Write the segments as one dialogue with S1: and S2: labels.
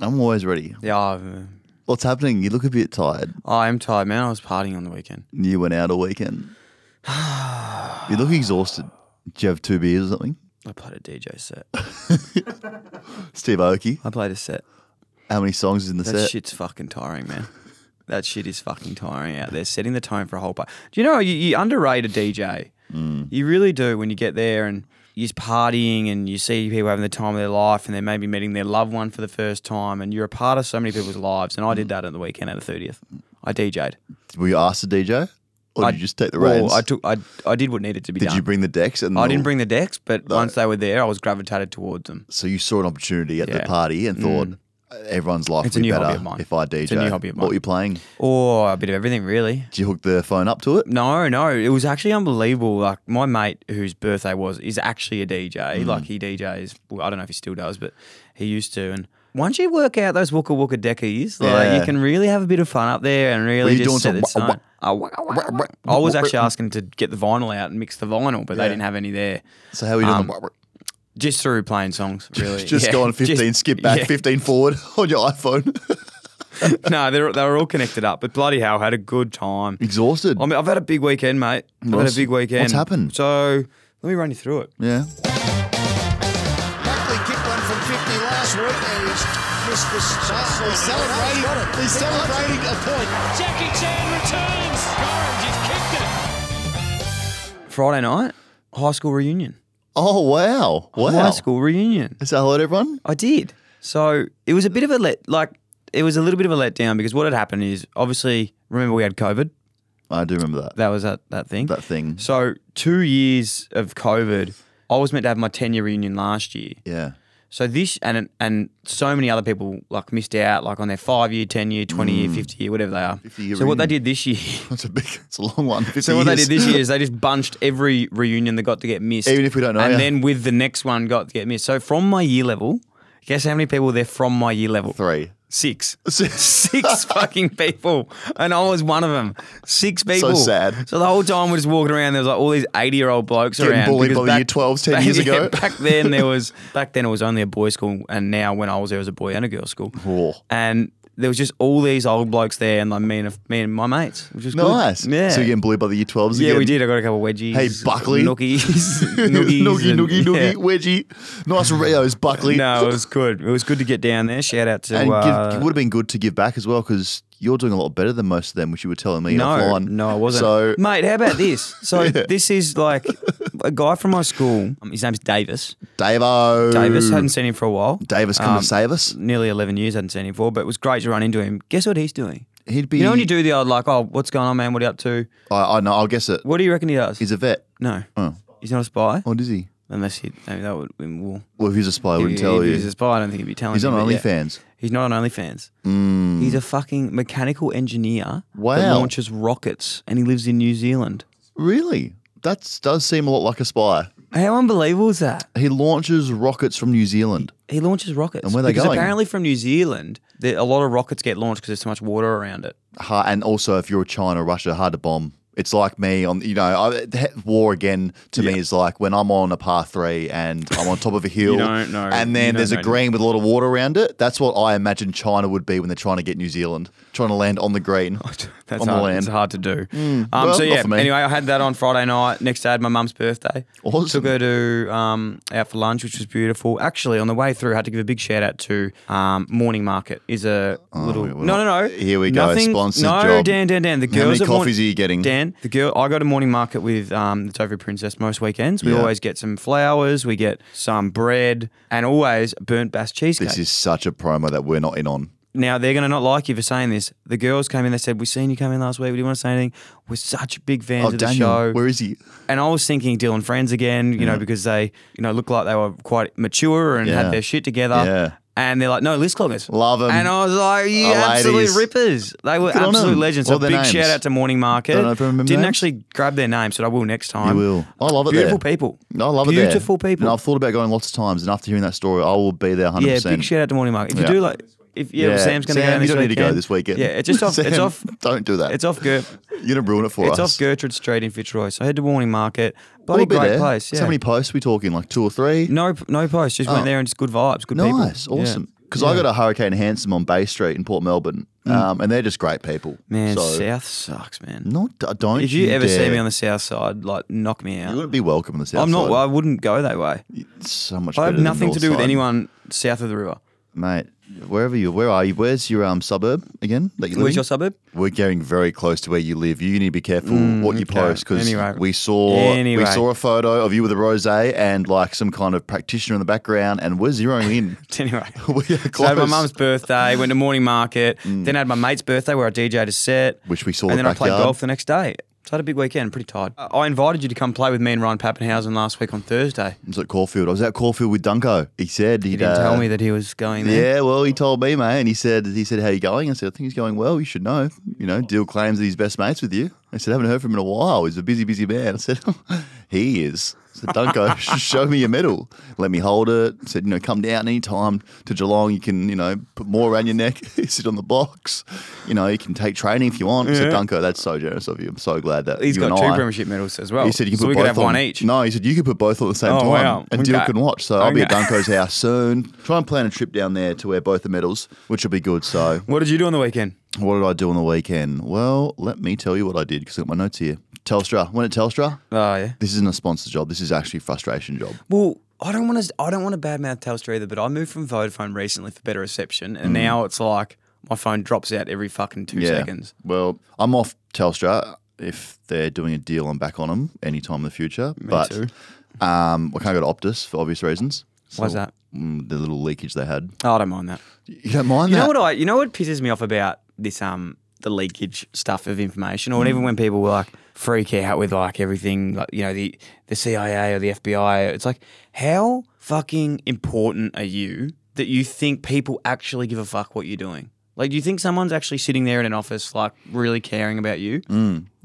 S1: I'm always ready.
S2: Yeah, I've-
S1: What's happening? You look a bit tired.
S2: I am tired, man. I was partying on the weekend.
S1: You went out all weekend. you look exhausted. Did you have two beers or something?
S2: I played a DJ set.
S1: Steve Aoki,
S2: I played a set.
S1: how many songs is in the
S2: That
S1: set?
S2: shit's fucking tiring, man. That shit is fucking tiring out there, setting the tone for a whole part. Do you know you, you underrate a DJ?
S1: Mm.
S2: You really do when you get there and you're just partying and you see people having the time of their life and they're maybe meeting their loved one for the first time and you're a part of so many people's lives. And I
S1: Mm.
S2: did that at the weekend at the 30th. I DJ'd.
S1: Were you asked to DJ? Or
S2: I-
S1: did you just take the
S2: Well,
S1: reins?
S2: I took I, I did what needed to be
S1: did
S2: done.
S1: you bring the decks? And
S2: I didn't
S1: all-
S2: bring the decks, but once they were there, I was gravitated towards them.
S1: So you saw an opportunity at the
S2: Yeah. Mm.
S1: party and thought, everyone's life
S2: It's a
S1: would be
S2: new hobby
S1: better
S2: of mine.
S1: if I DJ.
S2: It's a new hobby of
S1: What
S2: mine.
S1: were you playing?
S2: Or a bit of everything, really.
S1: Did you hook the phone up to it?
S2: No, no, it was actually unbelievable. Like my mate, whose birthday was, is actually a DJ.
S1: Hmm.
S2: Like he DJs. Well, I don't know if he still does, but he used to. And once you work out those Wooka Wooka Deckies, like
S1: Yeah.
S2: you can really have a bit of fun up there and really
S1: you
S2: just
S1: doing
S2: set
S1: some uh, wah-
S2: the tone. Ah, wah- wah- wah- wah. I was actually asking to get the vinyl out and mix the vinyl, but
S1: Yeah.
S2: they didn't have any there.
S1: So how are you doing?
S2: Um,
S1: the-
S2: Just through playing songs, really.
S1: just
S2: Yeah.
S1: going 15,
S2: Just-
S1: skip back,
S2: yeah.
S1: 15 forward on your iPhone.
S2: no, they were, they were all connected up, but bloody hell, had a good time.
S1: Exhausted.
S2: I mean, I've had a big weekend, mate. I've
S1: What's-
S2: had a big weekend.
S1: what's happened?
S2: So let me run you through it.
S1: yeah.
S3: Buckley kicked one from 50 last week and he's missed the shot. He's celebrating, he's celebrating a point.
S4: Jackie Chan returns. Gorringe has kicked it.
S2: Friday night, high school reunion.
S1: Oh, wow. Wow.
S2: High school reunion.
S1: Say hello to everyone.
S2: I did. So it was a bit of a let, like, it was a little bit of a letdown because what had happened is obviously, remember we had COVID?
S1: I do remember that.
S2: That was that, that thing.
S1: That thing.
S2: So two years of COVID, I was meant to have my 10 year reunion last year.
S1: Yeah.
S2: So this and and so many other people like missed out like on their five year, ten year, twenty year, fifty year, whatever they are.
S1: 50-year
S2: so what they
S1: Mm. reunion.
S2: did this year,
S1: That's a big, it's a long one. 50
S2: so what they
S1: years.
S2: did this year is they just bunched every reunion that got to get missed,
S1: Even if we don't know
S2: and
S1: ya.
S2: then with the next one got to get missed. So from my year level, guess how many people were there from my year level?
S1: Three.
S2: Six.
S1: Six.
S2: Six fucking people, and I was one of them. Six people.
S1: sad.
S2: So the whole time we're just walking around. There was like all these eighty-year-old blokes
S1: Getting
S2: around.
S1: bullied
S2: because
S1: by the year 12s 10 years
S2: yeah,
S1: ago.
S2: back then there was back then it was only a boys' school, and now when I was there it was a boy and a girl school.
S1: Whoa.
S2: And there was just all these old blokes there, and like me and me and my mates, which was good.
S1: Nice.
S2: Yeah.
S1: So you're getting bullied by the year 12s
S2: yeah,
S1: again.
S2: we did. I got a couple wedgies.
S1: Hey, Buckley.
S2: nookies, nookies,
S1: noogie,
S2: and-
S1: noogie, noogie,
S2: yeah.
S1: wedgie. Nice Rios, Buckley.
S2: No, it was good. It was good to get down there. Shout out to
S1: And
S2: uh,
S1: give, it would have been good to give back as well because you're doing a lot better than most of them, which you were telling me
S2: no,
S1: offline.
S2: No, I wasn't.
S1: So,
S2: Mate, how about this? So this is like a guy from my school. um, His name's Davis.
S1: Davo.
S2: Davis hadn't seen him for a while.
S1: Mm. Davis come
S2: Um,
S1: to save us.
S2: Nearly 11 years hadn't seen him for, but it was great to run into him. Guess what he's doing?
S1: He'd be.
S2: You know when you do the old like, oh, what's going on, man? What are you up to?
S1: I, I know. I'll guess it.
S2: What do you reckon he does?
S1: He's a vet.
S2: no,
S1: Oh,
S2: he's not a spy.
S1: oh, does he?
S2: Unless he, I mean, that would we will.
S1: Well, if he's a spy, I wouldn't
S2: if,
S1: tell
S2: if
S1: you.
S2: He's a spy. I don't think he'd be telling.
S1: He's
S2: you,
S1: on
S2: but yeah.
S1: OnlyFans. Hmm.
S2: He's not on OnlyFans. He's a fucking mechanical engineer that
S1: Wow.
S2: launches rockets, and he lives in New Zealand.
S1: Really? That does seem a lot like a spy.
S2: How unbelievable is that?
S1: He launches rockets from New Zealand.
S2: He launches rockets.
S1: And where are they
S2: because
S1: going?
S2: apparently from New Zealand, there, a lot of rockets get launched because there's so much water around it.
S1: Hard, and also, if you're China, Russia, hard to bomb. It's like me on, you know, I, that war again to me is like when I'm on a par three and I'm on top of a hill.
S2: don't know.
S1: And
S2: You
S1: then
S2: don't
S1: there's a
S2: know.
S1: green with a lot of water around it. That's what I imagine China would be when they're trying to get New Zealand, trying to land on the green.
S2: That's
S1: On the
S2: hard.
S1: land. Hmm.
S2: It's hard to do. um,
S1: well,
S2: so
S1: not
S2: yeah.
S1: for me.
S2: Anyway, I had that on Friday night. Next day, I had my mum's birthday.
S1: Awesome.
S2: Took her to um, out for lunch, which was beautiful. Actually, on the way through, I had to give a big shout out to um, Morning Market. Is a little
S1: Oh, we're
S2: no, no, no.
S1: Here we go,
S2: Nothing,
S1: sponsored
S2: No,
S1: job.
S2: Dan, Dan, Dan. The
S1: How many
S2: girls at Morn-
S1: coffees are you getting?
S2: Dan, the girl. I go to Morning Market with um, the Dover Princess most weekends. We
S1: Yeah.
S2: always get some flowers. We get some bread, and always burnt bass cheesecake.
S1: This is such a promo that we're not in on.
S2: Now they're going to not like you for saying this. The girls came in. They said, "We seen you come in last week. Do you want to say anything?" We're such big fans
S1: Oh,
S2: of the
S1: Daniel,
S2: show.
S1: where is he?
S2: and I was thinking Dylan Friends again, you know, because they, you know, looked like they were quite mature and
S1: Yeah.
S2: had their shit together.
S1: Yeah.
S2: And they're like, "No, list cloggers,
S1: Love 'em.
S2: And I was like, "You
S1: Oh,
S2: absolute
S1: ladies.
S2: rippers! They were
S1: on
S2: absolute
S1: 'em.
S2: legends."
S1: What
S2: So
S1: are their names?
S2: big shout out to Morning Market.
S1: Don't know if I remember
S2: Didn't
S1: names.
S2: actually grab their names, but I will next time.
S1: will. I love it there.
S2: Beautiful people.
S1: I love it there.
S2: Beautiful people.
S1: And I've thought about going lots of times, and after hearing that story, I will be there 100%.
S2: Yeah, big shout out to Morning Market. If you
S1: Yeah.
S2: do like, if yeah,
S1: Yeah.
S2: Sam's going
S1: Sam,
S2: to go. down
S1: you
S2: this
S1: don't need to go
S2: weekend.
S1: this weekend.
S2: Yeah, it's just off. it's
S1: Sam,
S2: off.
S1: Don't do that.
S2: It's off. Gert,
S1: You're gonna ruin it for
S2: it's
S1: us.
S2: off Gertrude Street in Fitzroy. So I head to Morning Market.
S1: We'll
S2: Bloody
S1: be
S2: great
S1: there.
S2: place. Yeah.
S1: So many posts we talking, like two or three.
S2: no, no post. Just went there and just good vibes, good people.
S1: Oh. nice,
S2: Yeah. Mm.
S1: awesome. because I got a Hurricane Handsome on Bay Street in Port Melbourne, um, and they're just great people.
S2: Man,
S1: so
S2: South sucks, man.
S1: not don't.
S2: if you, ever see
S1: dare.
S2: me on the South Side, like knock me
S1: you
S2: out.
S1: wouldn't be welcome on the south
S2: I'm not.
S1: side.
S2: I wouldn't go that way.
S1: It's so much.
S2: I
S1: better
S2: have
S1: than
S2: nothing to
S1: north
S2: do with
S1: side.
S2: anyone south of the river.
S1: mate. Wherever you, where are you? Where's your um suburb again? That you
S2: Where's your suburb?
S1: We're getting very close to where you live. You need to be careful what you
S2: Mm, okay.
S1: post because
S2: Anyway.
S1: we saw
S2: Anyway.
S1: we saw a photo of you with a rosé and like some kind of practitioner in the background, and we're zeroing in.
S2: Anyway.
S1: we are
S2: So I
S1: close. Mm.
S2: had my mum's birthday, went to morning market, then I had my mate's birthday where I DJ'd a set.
S1: Which we saw
S2: And
S1: the
S2: then I played
S1: backyard.
S2: golf the next day. So I had a big weekend, pretty tired. Uh, I invited you to come play with me and Ryan Pappenhausen last week on Thursday.
S1: I was at Caulfield. I was at Caulfield with Dunko. He said he'd
S2: He didn't
S1: uh,
S2: tell me that he was going there.
S1: Yeah, well, he told me, mate, and he said, he said, how you going? I said, I think he's going well. You should know. You know, Deal claims that he's best mates with you. I said, I haven't heard from him in a while. He's a busy, busy man. I said, he is. I said, Dunko, show me your medal. Let me hold it. I said, you know, come down anytime to Geelong. You can, you know, put more around your neck, sit on the box. You know, you can take training if you want. I said, Dunko, that's so generous of you. I'm so glad that
S2: He's
S1: you
S2: got
S1: and
S2: two
S1: I,
S2: premiership medals as well.
S1: he said you can put
S2: Oh, so we
S1: both
S2: could have
S1: on.
S2: one each.
S1: No, he said you could put both on at the same
S2: Oh,
S1: time,
S2: wow.
S1: and Dill
S2: Okay.
S1: can watch. So I'll be at
S2: Okay.
S1: Dunko's house soon. Try and plan a trip down there to wear both the medals, which will be good. So
S2: What did you do on the weekend?
S1: what did I do on the weekend? Well, let me tell you what I did because I got my notes here. Telstra. Went at Telstra.
S2: Oh yeah.
S1: This isn't a sponsor job. This is actually a frustration job.
S2: Well, I don't want to. I don't want to badmouth Telstra either, but I moved from Vodafone recently for better reception, and now it's like my phone drops out every fucking two seconds.
S1: Well, I'm off Telstra. If they're doing a deal, I'm back on them anytime in the future. but
S2: too.
S1: Um, I can't go to Optus for obvious reasons.
S2: Why's that?
S1: Mm, the little leakage they had.
S2: Oh, I don't mind that.
S1: You don't mind
S2: You
S1: that?
S2: know what I? You know what pisses me off about this um the leakage stuff of information,
S1: Hmm.
S2: or even when people like freak out with like everything, like you know the the CIA or the FBI. It's like how fucking important are you that you think people actually give a fuck what you're doing? Like, do you think someone's actually sitting there in an office, like really caring about you?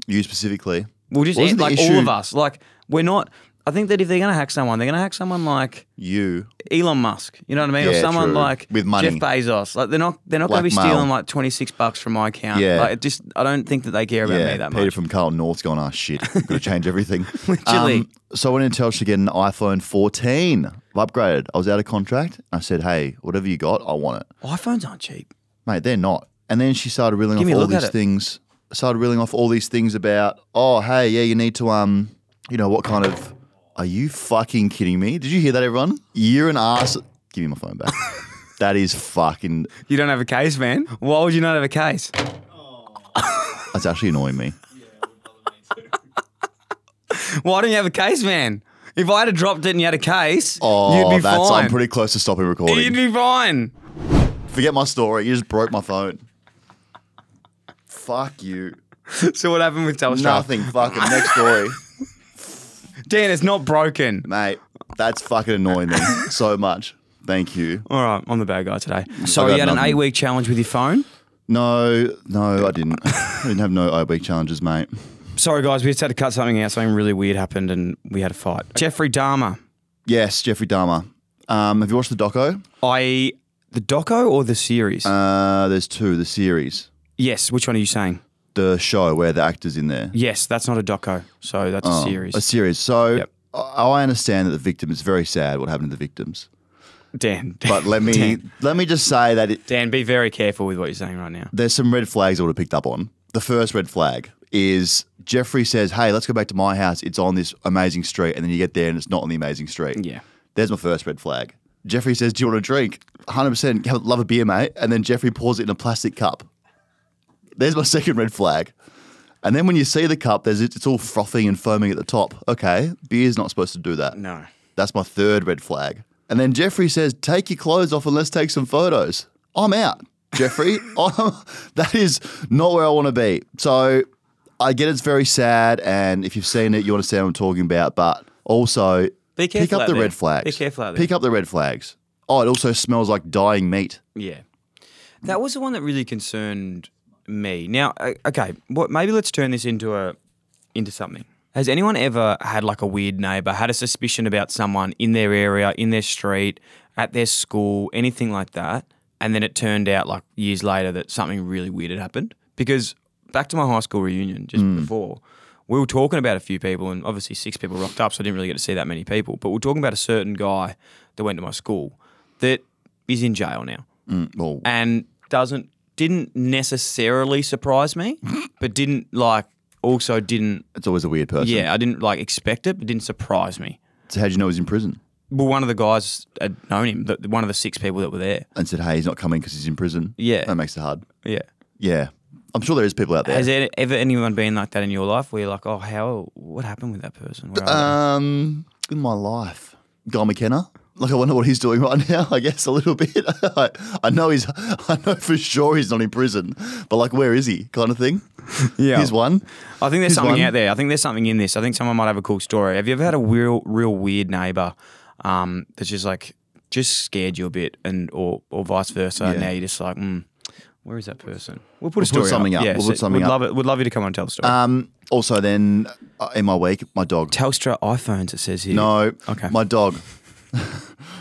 S1: you specifically.
S2: We'll just
S1: Mm. Wasn't
S2: end,
S1: the
S2: like all
S1: issue-
S2: of us. Like we're not. I think that if they're going to hack someone, they're going to hack someone like
S1: You
S2: Elon Musk. You know what I mean? or
S1: Yeah,
S2: someone
S1: true.
S2: like
S1: With money.
S2: Jeff Bezos. Like they're not. They're not going to be
S1: Blackmail.
S2: stealing like twenty six bucks from my account.
S1: Yeah.
S2: Like, it just I don't think that they care about me that
S1: Peter
S2: much.
S1: from Carlton North's gone, oh shit, got to change everything. Um,
S2: Literally.
S1: so I went into Telstra to get an iPhone 14. I've upgraded. I was out of contract. I said, hey, whatever you got, I want it.
S2: iPhones aren't cheap.
S1: Mate, they're not. And then she started reeling
S2: Give me a
S1: off all
S2: look at
S1: these
S2: it.
S1: things. Started reeling off all these things about, oh, hey, yeah, you need to, um, you know, what kind of. Are you fucking kidding me? Did you hear that, everyone? You're an ass. Give me my phone back. that is fucking.
S2: You don't have a case, man. Why would you not have a case?
S1: That's actually annoying me.
S2: Why don't you have a case, man? If I had dropped it and you had a case,
S1: Oh,
S2: you'd be
S1: that's.
S2: fine.
S1: I'm pretty close to stopping recording.
S2: you'd be fine.
S1: Forget my story. You just broke my phone. Fuck you.
S2: So what happened with Telstra?
S1: Nothing. Fucking next story,
S2: Dan, it's not broken.
S1: mate. That's fucking annoying me so much. Thank you.
S2: All right, I'm the bad guy today. So
S1: got
S2: you had an
S1: nothing.
S2: eight week challenge with your phone.
S1: No, no, I didn't. I didn't have no OB challenges, mate.
S2: Sorry, guys, we just had to cut something out. Something really weird happened, and we had a fight. Jeffrey Dahmer.
S1: Yes, Jeffrey Dahmer. Um, have you watched the doco?
S2: I the doco or the series?
S1: Uh, there's two. The series,
S2: yes. Which one are you saying?
S1: the show where the actors in there.
S2: Yes, that's not a doco. So that's a series.
S1: Oh, A series. So
S2: Yep.
S1: I I understand that the victim is very sad. What happened to the victims?
S2: Dan,
S1: But let me
S2: Dan,
S1: let me just say that it,
S2: Dan, be very careful with what you're saying right now.
S1: there's some red flags I would have picked up on. The first red flag is Jeffrey says, Hey, let's go back to my house. It's on this amazing street. And then you get there and it's not on the amazing street.
S2: Yeah.
S1: There's my first red flag. Jeffrey says, Do you want a drink? 100% have- love a beer, mate. And then Jeffrey pours it in a plastic cup. There's my second red flag. And then when you see the cup, there's it's all frothing and foaming at the top. Okay, beer's not supposed to do that.
S2: No.
S1: That's my third red flag. And then Jeffrey says, "Take your clothes off and let's take some photos." I'm out, Jeffrey. I'm, that is not where I want to be. So I get it's very sad, and if you've seen it, you understand what I'm talking about. But also,
S2: Be
S1: pick
S2: careful
S1: up
S2: out
S1: the
S2: there.
S1: red flags.
S2: Be careful out there.
S1: Pick up the red flags. Oh, it also smells like dying meat.
S2: Yeah, that was the one that really concerned me. Now, o- okay, what? Maybe let's turn this into a into something. Has anyone ever had like a weird neighbor, had a suspicion about someone in their area, in their street, at their school, anything like that? And then it turned out like years later that something really weird had happened? Because back to my high school reunion just before, we were talking about a few people, and obviously six people rocked up, so I didn't really get to see that many people. But we we're talking about a certain guy that went to my school that is in jail now.
S1: Mm, Well,
S2: and doesn't didn't necessarily surprise me, but didn't like also didn't
S1: it's always a weird person.
S2: yeah I didn't like expect it, but didn't surprise me.
S1: So how'd you know he was in prison?
S2: Well, one of the guys had known him, the, one of the six people that were there.
S1: And said, hey, he's not coming because he's in prison.
S2: Yeah.
S1: That makes it hard.
S2: Yeah.
S1: Yeah. I'm sure there is people out there.
S2: Has there ever anyone been like that in your life where you're like, oh, how, what happened with that person? Where are
S1: Um, in my life, Guy McKenna. Like I wonder what he's doing right now. I guess a little bit. I, I know he's. I know for sure he's not in prison. But like, where is he? Kind of thing.
S2: Yeah.
S1: Here's one.
S2: they? I think there's
S1: here's
S2: something
S1: one.
S2: out there. I think there's something in this. I think someone might have a cool story. Have you ever had a real, real weird neighbor um, that's just like, just scared you a bit and or, or vice versa? And
S1: Yeah.
S2: now you're just like, mm, where is that person? We'll put a
S1: We'll
S2: story
S1: put something up.
S2: Yeah,
S1: We'll put something
S2: would
S1: up.
S2: Love it. Would love you to come and tell the story.
S1: Um. Also, then uh, in my week, my dog.
S2: Telstra iPhones, it says here.
S1: No.
S2: Okay.
S1: My dog.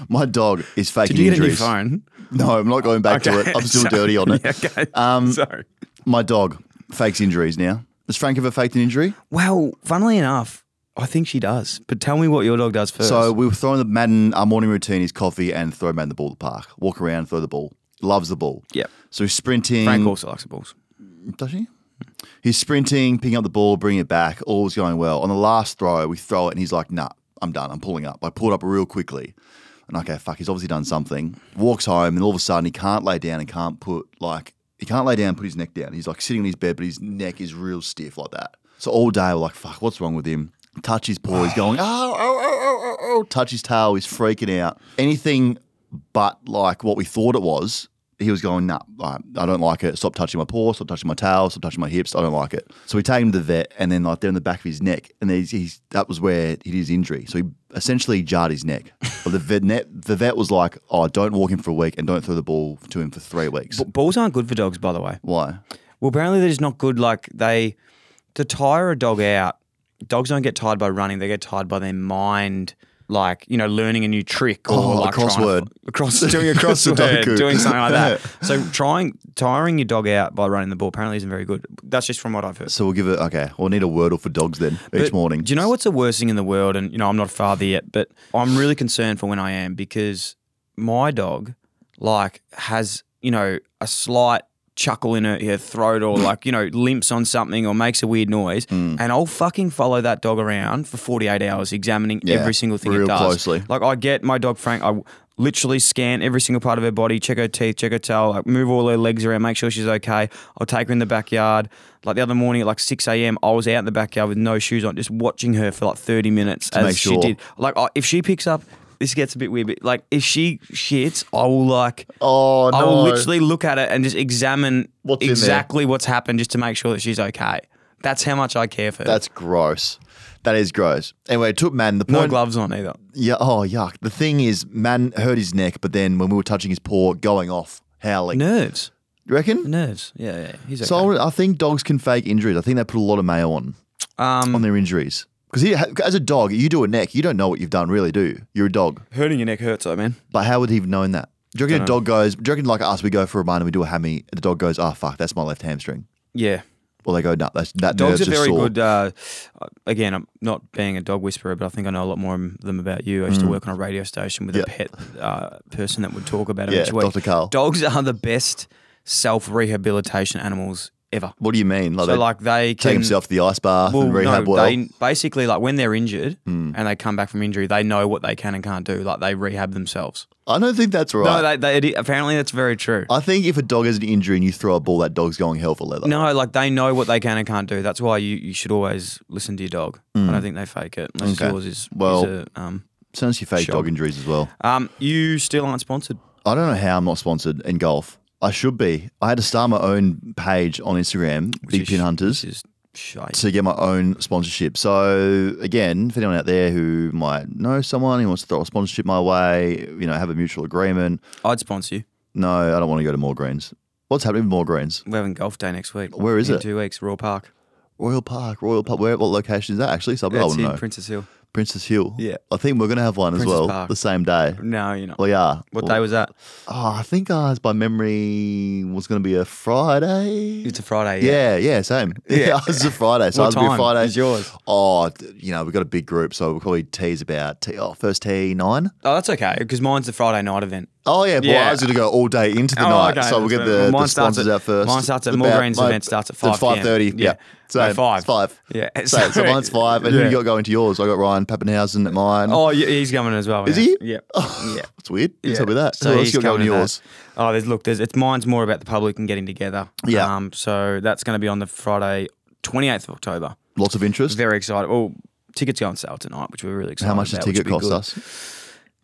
S1: my dog is faking
S2: Did you get a new
S1: injuries.
S2: phone?
S1: No, I'm not going back to
S2: Okay.
S1: it. I'm still
S2: Sorry.
S1: dirty on it.
S2: Yeah, okay.
S1: Um,
S2: Sorry.
S1: My dog fakes injuries now. Has Frank ever faked an injury?
S2: Well, funnily enough, I think she does. But tell me what your dog does first.
S1: So we were throwing the Madden. Our morning routine is coffee and throw Madden the ball at the park. Walk around, throw the ball. Loves the ball.
S2: Yep.
S1: So he's sprinting.
S2: Frank also likes the balls.
S1: Does he? He's sprinting, picking up the ball, bringing it back. All was going well. On the last throw, we throw it, and he's like, "Nah, I'm done. I'm pulling up." I pulled up real quickly, and okay, fuck, he's obviously done something. Walks home, and all of a sudden, he can't lay down and can't put like he can't lay down, and put his neck down. He's like sitting in his bed, but his neck is real stiff like that. So all day, we're like, "Fuck, what's wrong with him?" Touch his paw, he's going, "Oh, oh, oh, oh, oh!" Touch his tail, he's freaking out. Anything but like what we thought it was. He was going, nah, I I don't like it. Stop touching my paw, stop touching my tail, stop touching my hips. I don't like it. So we take him to the vet, and then like they're in the back of his neck, and he's, he's that was where he did his injury. So he essentially jarred his neck. But the vet, net, the vet was like, oh, don't walk him for a week and don't throw the ball to him for three weeks.
S2: But balls aren't good for dogs, by the way.
S1: Why?
S2: Well, apparently they're just not good. Like they, to tire a dog out, dogs don't get tired by running. They get tired by their mind, like you know, learning a new trick or
S1: Oh, a
S2: like trying to-
S1: crossword.
S2: a cross, doing a
S1: Sudoku.
S2: crossword, doing something like that. So trying tiring your dog out by running the ball apparently isn't very good. That's just from what I've heard.
S1: So we'll give it, okay, we'll need a wordle for dogs then each
S2: But
S1: morning.
S2: Do you know what's the worst thing in the world? And you know, I'm not a father yet, but I'm really concerned for when I am because my dog, like, has you know a slight chuckle in her, her throat or like you know limps on something or makes a weird noise,
S1: Mm.
S2: and I'll fucking follow that dog around for 48 hours, examining
S1: Yeah,
S2: every single thing
S1: real
S2: it does.
S1: closely.
S2: Like I get my dog Frank, I literally scan every single part of her body, check her teeth, check her tail, like move all her legs around, make sure she's okay. I'll take her in the backyard. Like the other morning at like six a.m., I was out in the backyard with no shoes on, just watching her for like thirty minutes as
S1: make sure.
S2: she did. Like I, if she picks up. This gets a bit weird, but like if she shits, I will like
S1: Oh,
S2: I will
S1: no.
S2: literally look at it and just examine
S1: What's in there?
S2: exactly what's happened just to make sure that she's okay. That's how much I care for her.
S1: That's gross. That is gross. Anyway, it took Madden. The
S2: no
S1: point,
S2: gloves on either.
S1: Yeah. Oh, yuck. The thing is, man hurt his neck, but then when we were touching his paw, going off, howling.
S2: Nerves.
S1: You reckon?
S2: Nerves. Yeah, yeah. He's okay.
S1: So I would- I think dogs can fake injuries. I think they put a lot of mayo on
S2: um,
S1: on their injuries. Because as a dog, you do a neck, you don't know what you've done, really, do you? You're a dog.
S2: Hurting your neck hurts, though, man.
S1: But how would he have known that? Do you reckon a dog goes? Do you reckon like us, we go for a run and we do a hammy, and the dog goes, "Oh fuck, that's my left hamstring,"
S2: Yeah.
S1: or they go, "No, that's that." nerve's
S2: Dogs are
S1: just
S2: very
S1: sore."
S2: good. Uh, again, I'm not being a dog whisperer, but I think I know a lot more of them about you. I
S1: Mm.
S2: used to work on a radio station with a pet uh, person that would talk about it
S1: Yeah,
S2: each week.
S1: Dr. Carl.
S2: Dogs are the best self rehabilitation animals ever.
S1: What do you mean? Like,
S2: So,
S1: they
S2: like, they
S1: take
S2: can.
S1: himself to the ice bath
S2: well,
S1: and rehab
S2: no,
S1: well. Mm.
S2: they basically like when they're injured and they come back from injury, they know what they can and can't do. Like they rehab themselves.
S1: I don't think that's right.
S2: No, they, they, it- apparently that's very true.
S1: I think if a dog has an injury and you throw a ball, that dog's going hell for leather.
S2: No, like they know what they can and can't do. That's why you, you should always listen to your dog. I don't think they fake it. Unless
S1: Hmm. Okay.
S2: yours is
S1: Well-
S2: is a, um,
S1: Sounds you fake
S2: Sure.
S1: dog injuries as well.
S2: um, you still aren't sponsored.
S1: I don't know how I'm not sponsored in golf. I should be. I had to start my own page on Instagram, Big
S2: is-
S1: Pin Hunters,
S2: Which is shite.
S1: to get my own sponsorship. So again, if anyone out there who might know someone who wants to throw a sponsorship my way, you know, have a mutual agreement.
S2: I'd sponsor you.
S1: No, I don't want to go to More Greens. What's happening with More Greens?
S2: We're having golf day next week.
S1: Where is
S2: In
S1: it?
S2: Two weeks, Royal Park.
S1: Royal Park, Royal Park. Where? What location is that actually? Something I
S2: That's
S1: want
S2: in
S1: to know.
S2: Princess Hill.
S1: Princess Hill.
S2: Yeah.
S1: I think we're gonna have one as
S2: Princess
S1: well
S2: Park.
S1: the same day.
S2: No, you know.
S1: We are.
S2: What day was that?
S1: Oh, I think ours by memory was going to be a Friday.
S2: It's a Friday. Yeah.
S1: yeah, yeah, same. Yeah, ours is a Friday. So
S2: What
S1: ours will be a
S2: time
S1: Friday.
S2: is yours?
S1: Oh, d- you know, we've got a big group, so we'll probably tease about t- oh, first T nine.
S2: Oh, that's okay because mine's the Friday night event.
S1: Oh yeah, well,
S2: Yeah.
S1: I was going to go all day into the
S2: Oh,
S1: night,
S2: okay,
S1: so we'll
S2: that's
S1: get
S2: fair.
S1: the,
S2: Mine
S1: the
S2: starts
S1: sponsors
S2: at-
S1: out first.
S2: mine starts at
S1: It's
S2: More
S1: about-
S2: Green's
S1: my-
S2: event starts at
S1: it's
S2: 5 p.m.
S1: thirty.
S2: Yeah.
S1: Yeah, so
S2: No, five.
S1: It's five.
S2: Yeah,
S1: so, so
S2: sorry.
S1: mine's five. And who
S2: Yeah.
S1: you got going to yours? I got Ryan Pappenhausen at mine.
S2: Oh, yeah, he's coming as well.
S1: Is
S2: yeah.
S1: he? Oh,
S2: Yeah. yeah.
S1: it's weird. What's
S2: yeah.
S1: up with that? who else
S2: he's
S1: you got going to
S2: coming to
S1: yours?
S2: that. Oh, there's look, there's it's mine's more about the public and getting together.
S1: Yeah.
S2: Um, so that's going to be on the Friday, 28th of October.
S1: Lots of interest.
S2: Very excited. Well, tickets go on sale tonight, which we're really excited.
S1: How much does
S2: about,
S1: ticket
S2: which will be
S1: cost
S2: good.
S1: us?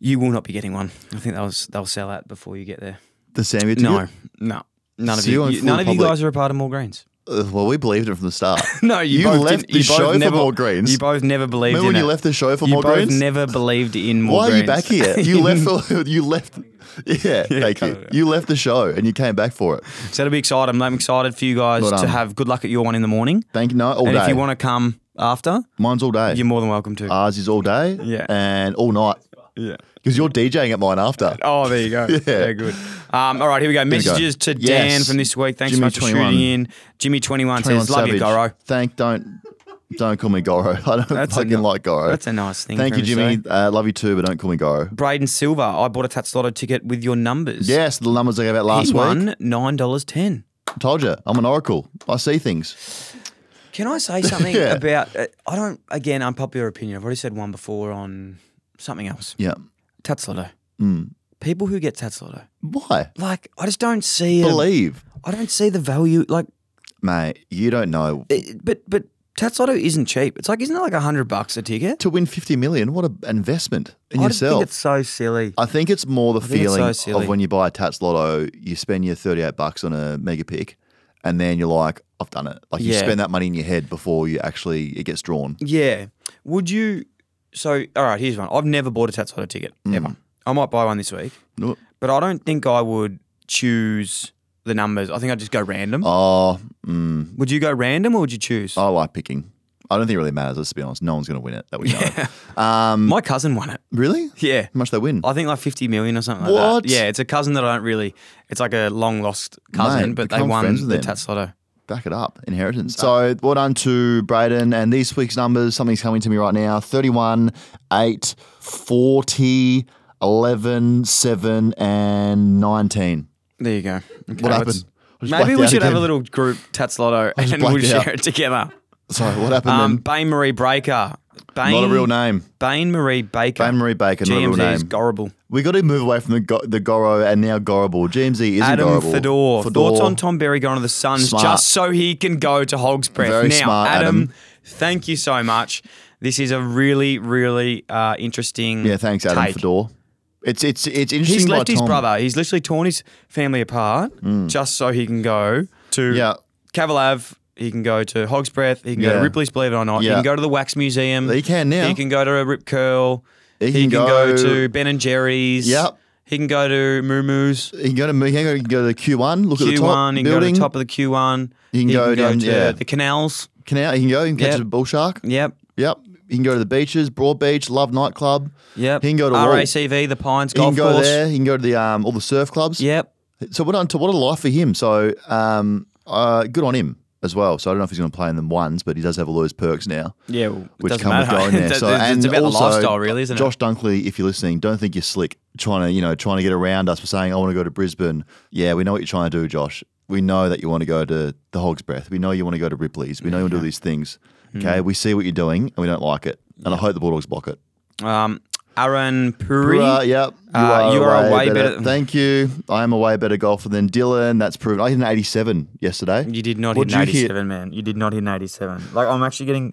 S2: You will not be getting one. I think they'll they'll sell out before you get there.
S1: The Samuel ticket.
S2: No, no, none of
S1: So you're
S2: you.
S1: in
S2: you-
S1: full
S2: none of you
S1: public.
S2: guys are a part of More Greens.
S1: Uh, well, we believed it from the start.
S2: No, you,
S1: You
S2: both
S1: left
S2: didn't-
S1: the
S2: you both
S1: show for
S2: never,
S1: More Greens.
S2: You both never believed
S1: Remember
S2: in
S1: when you
S2: it.
S1: left the show for
S2: You
S1: More
S2: both
S1: Greens?
S2: never believed in More
S1: Why are
S2: Greens.
S1: you back here? You left. For, you left. Yeah, thank
S2: cut
S1: you.
S2: it out.
S1: You left the show and you came back for it.
S2: So it'll be exciting. I'm excited for you guys
S1: Well
S2: to
S1: done.
S2: have good luck at your one in the morning.
S1: Thank you. No, all
S2: and
S1: day.
S2: if you want to come after,
S1: Mine's all day.
S2: you're more than welcome to.
S1: Ours is all day.
S2: Yeah.
S1: and all night
S2: yeah.
S1: because you're DJing at mine after.
S2: Oh, there you go. yeah. good. Um, all right, here we go.
S1: we go.
S2: Messages to Dan
S1: Yes.
S2: from this week. Thanks so
S1: Jimmy
S2: much
S1: 21.
S2: for shooting in. Jimmy21
S1: Twenty One
S2: says, Love you,
S1: Savage.
S2: Goro.
S1: Thank. Don't. Don't call me Goro. I don't
S2: That's a
S1: fucking
S2: ni-
S1: like Goro.
S2: That's a eh? nice thing.
S1: Thank
S2: for
S1: you,
S2: him to
S1: Jimmy.
S2: say.
S1: Uh, love you too, but don't call me Goro.
S2: Braden Silver, I bought a Tats Lotto ticket with your numbers.
S1: Yes, the numbers I gave out last
S2: He
S1: week.
S2: won $9.10.
S1: Told you, I'm an oracle. I see things.
S2: Can I say something
S1: Yeah.
S2: about? Uh, I don't. Again, unpopular opinion. I've already said one before on something else.
S1: Yeah.
S2: Tats Lotto.
S1: Mm.
S2: People who get Tats Lotto,
S1: Why?
S2: like I just don't see. it.
S1: Believe,
S2: I don't see the value. Like,
S1: mate. You don't know.
S2: it, but but Tats Lotto isn't cheap. It's like isn't it like hundred bucks a ticket?
S1: To win 50 million, what an investment in
S2: I just
S1: yourself.
S2: think it's so silly.
S1: I think it's more the
S2: think it's so
S1: feeling
S2: silly.
S1: of when you buy a Tats Lotto, you spend your 38 bucks on a mega pick, and then you're like, I've done it. Like you
S2: Yeah.
S1: spend that money in your head before you actually it gets drawn.
S2: Yeah. Would you? So all right, here's one. I've never bought a Tats Lotto ticket
S1: Mm.
S2: ever. I might buy one this week,
S1: No-
S2: but I don't think I would choose the numbers. I think I'd just go random.
S1: Oh, mm,
S2: Would you go random or would you choose?
S1: I like picking. I don't think it really matters. Let's be honest. No one's going to win it that we know. Um,
S2: My cousin won it.
S1: Really?
S2: Yeah.
S1: How much they win?
S2: I think like 50 million or something like
S1: What?
S2: that. Yeah, it's a cousin that I don't really, it's like a long lost cousin,
S1: Mate,
S2: but they
S1: become friends with
S2: won the
S1: them.
S2: Tats Lotto.
S1: Back it up. Inheritance. So well done to Braden. And these week's numbers, something's coming to me right now 31, 8, 40, 11, 7, and 19.
S2: There you go. Okay,
S1: What
S2: it's-
S1: happened? I just
S2: Maybe
S1: blacked
S2: we
S1: out
S2: should have a
S1: again.
S2: little group Tats Lotto
S1: just
S2: and we'll
S1: blacked out.
S2: share it together.
S1: Sorry, what happened
S2: Um,
S1: then?
S2: Bain Marie Baker. Bain,
S1: Not a real name.
S2: Bain Marie Baker.
S1: Bain Marie Baker, not a real
S2: GMZ is
S1: name.
S2: Gorrible.
S1: We got to move away from the go- the Goro and now Gorrible. GMZ is
S2: Adam
S1: Gorrible.
S2: Fedor. Thoughts on Tom Berry going to the Suns
S1: Smart.
S2: just so he can go to Hogs Breath.
S1: Very
S2: now,
S1: smart, Adam.
S2: thank you so much. This is a really, really uh, interesting
S1: Yeah, thanks, Adam
S2: take.
S1: Fedor. It's it's it's interesting.
S2: He's
S1: by
S2: left his
S1: Tom- Mm.
S2: brother. He's literally torn his family apart just so he can go to
S1: Yeah.
S2: Cavalav. He can go to Hog's Breath. He can go
S1: Yeah.
S2: to Ripley's Believe It or Not. He
S1: Yeah.
S2: can go to the Wax Museum.
S1: He can now.
S2: He can go to Rip Curl.
S1: He
S2: He can,
S1: can
S2: go,
S1: go-
S2: to Ben and Jerry's.
S1: Yep.
S2: He can go to Moo Moo's.
S1: He can go to he can go- he can go to Q one. Look at the top
S2: Q1. He can go to
S1: building.
S2: the top of the Q1.
S1: He can go down-
S2: to
S1: yeah.
S2: the canals.
S1: Canal. He can go. He can catch
S2: Yep.
S1: a bull shark.
S2: Yep.
S1: Yep. He can go to the beaches, Broad Beach, Love Nightclub.
S2: Yep.
S1: He can go to all-
S2: RACV, the Pines
S1: He can
S2: Golf
S1: go
S2: Course.
S1: there. He can go to the um all the surf clubs.
S2: Yep.
S1: So what on to what a life for him. So um uh good on him as well. So I don't know if he's going to play in them ones, but he does have all those perks now.
S2: Yeah. Well, it
S1: which
S2: doesn't
S1: come with
S2: matter.
S1: going there.
S2: It's-
S1: so,
S2: it's,
S1: and
S2: it's about
S1: also,
S2: the lifestyle, really, isn't it?
S1: Josh Dunkley, if you're listening, don't think you're slick trying to you know trying to get around us for saying I want to go to Brisbane. Yeah, we know what you're trying to do, Josh. We know that you want to go to the Hog's Breath. We know you want to go to Ripley's. We know you want to do these things.
S2: Hmm.
S1: Okay, we see what you're doing and we don't like it. And I hope the Bulldogs block it.
S2: Um, Aaron Puri.
S1: Bruh, yep. You,
S2: Uh, you are a way better-
S1: Thank you. I am a way better golfer than Dylan. That's proven. I hit an 87 yesterday.
S2: You did not
S1: What'd
S2: hit
S1: you
S2: an 87, man. You did not hit an 87. Like, I'm actually getting,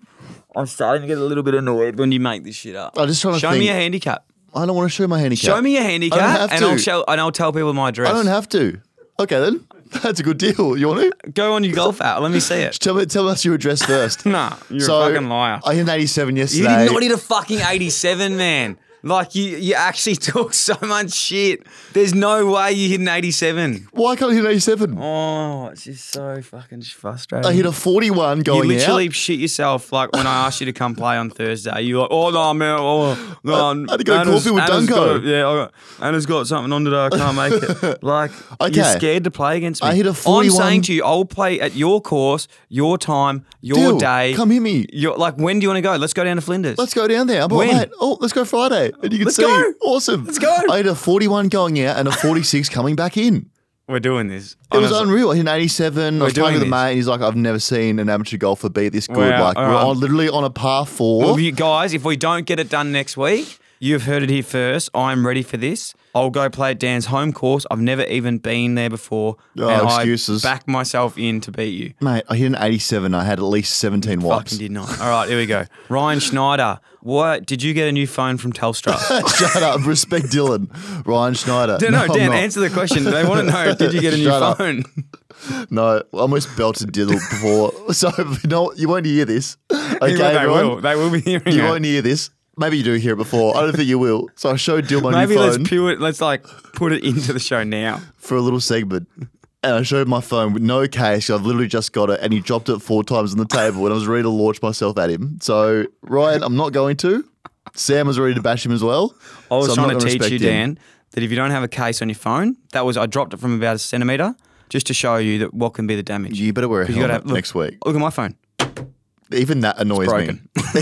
S2: I'm starting to get a little bit annoyed when you make this shit up.
S1: I'm just trying to
S2: Show me
S1: think.
S2: a handicap.
S1: I don't want to show my handicap.
S2: Show me a handicap,
S1: have
S2: and
S1: to.
S2: I'll show, and I'll tell people my address.
S1: I don't have to. Okay, then. That's a good deal. You want to?
S2: Go on your golf app. Let me see it.
S1: Tell me, tell us your address first.
S2: Nah, you're a fucking liar.
S1: I hit an 87
S2: You
S1: yesterday.
S2: did not hit a fucking 87, man. Like you, you actually talk so much shit. There's no way you hit an 87.
S1: Why can't I hit an 87?
S2: Oh, it's just so fucking frustrating.
S1: I hit a 41
S2: You
S1: going
S2: literally
S1: out.
S2: shit yourself. Like when I asked you to come play on Thursday, you were like, oh no, man, oh no,
S1: I had to go
S2: Anna's-
S1: coffee with Dungo."
S2: Anna's got- yeah, I got, Anna's got something on today. I can't make it. Like you're
S1: Okay.
S2: scared to play against me.
S1: I hit a
S2: I'm
S1: 41.
S2: saying to you, I'll play at your course, your time, your
S1: Deal.
S2: day.
S1: Come hit me.
S2: You're, like when do you want to go? Let's go down to Flinders.
S1: Let's go down there. I'm like,
S2: When?
S1: "Mate, oh, let's go Friday. away, and you can
S2: Let's
S1: see.
S2: go.
S1: Awesome.
S2: Let's go.
S1: I had a 41 going out and a 46 coming back in.
S2: We're doing this.
S1: It was
S2: Honestly.
S1: unreal. I hit an 87. I
S2: We're
S1: was playing
S2: doing
S1: with a
S2: this.
S1: mate, and he's like, "I've never seen an amateur golfer beat this good.
S2: Wow.
S1: like, we're
S2: Um,
S1: on, literally on a par four.
S2: Well, you guys, if we don't get it done next week, you've heard it here first. I'm ready for this. I'll go play at Dan's home course. I've never even been there before.
S1: Oh,
S2: and
S1: excuses.
S2: I back myself in to beat you.
S1: Mate, I hit an 87. I had at least 17 wipes.
S2: Fucking did not. All right, here we go. Ryan Schneider, what did you get a new phone from Telstra?
S1: Shut up. Respect Dylan. Ryan Schneider.
S2: no, no,
S1: I'm
S2: Dan,
S1: not.
S2: answer the question. They want to know did you get a new
S1: Shut up.
S2: phone?
S1: No, I almost belted Diddle before. so no, you won't hear this. Okay,
S2: they
S1: everyone?
S2: will. They will be hearing
S1: You
S2: it.
S1: won't hear this. Maybe you do hear it before. I don't think you will. So I showed Dill my
S2: Maybe
S1: new
S2: let's
S1: phone
S2: pure, let's like put it into the show now.
S1: for a little segment. And I showed my phone with no case. 'cause I've literally just got it. And he dropped it four times on the table and I was ready to launch myself at him. So, Ryan, I'm not going to. Sam was ready to bash him as well.
S2: I was
S1: so I'm not
S2: trying to
S1: gonna
S2: teach
S1: respect
S2: you,
S1: him.
S2: Dan, that if you don't have a case on your phone, that was I dropped it from about a centimeter just to show you that what can be the damage.
S1: You better wear a
S2: 'Cause you
S1: helmet
S2: gotta have- look,
S1: next week.
S2: Look at my phone.
S1: Even that annoys me.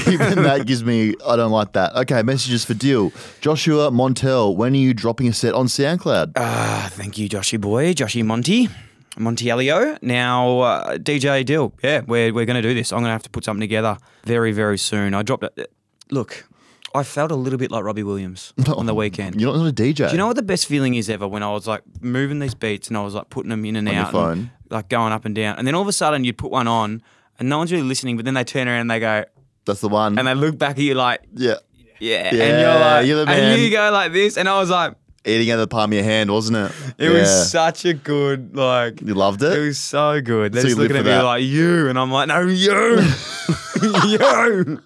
S1: Even that gives me, I don't like that. Okay, messages for Dill. Joshua Montel, when are you dropping a set on SoundCloud?
S2: Ah, thank you, Joshy boy, Joshy Monty, Monty Elio. Now, uh, DJ Dill, yeah, we're, we're going to do this. I'm going to have to put something together very, very soon. I dropped it. Look, I felt a little bit like Robbie Williams on the weekend.
S1: You're not, not a DJ.
S2: Do you know what the best feeling is ever when I was like moving these beats and I was like putting them in and
S1: your
S2: out, and,
S1: phone.
S2: like going up and down, and then all of a sudden you'd put one on and no one's really listening, but then they turn around and they go
S1: That's the one.
S2: and they look back at you like
S1: yeah.
S2: yeah,
S1: Yeah,
S2: and
S1: you're
S2: you're like
S1: the man.
S2: and you go like this, and I was like
S1: Eating out of the palm of your hand, wasn't it?
S2: it
S1: Yeah.
S2: was such a good like
S1: You loved it?
S2: it was so good. They're
S1: So you
S2: just
S1: live
S2: looking at
S1: for
S2: me
S1: that.
S2: like you, and I'm like no you, you.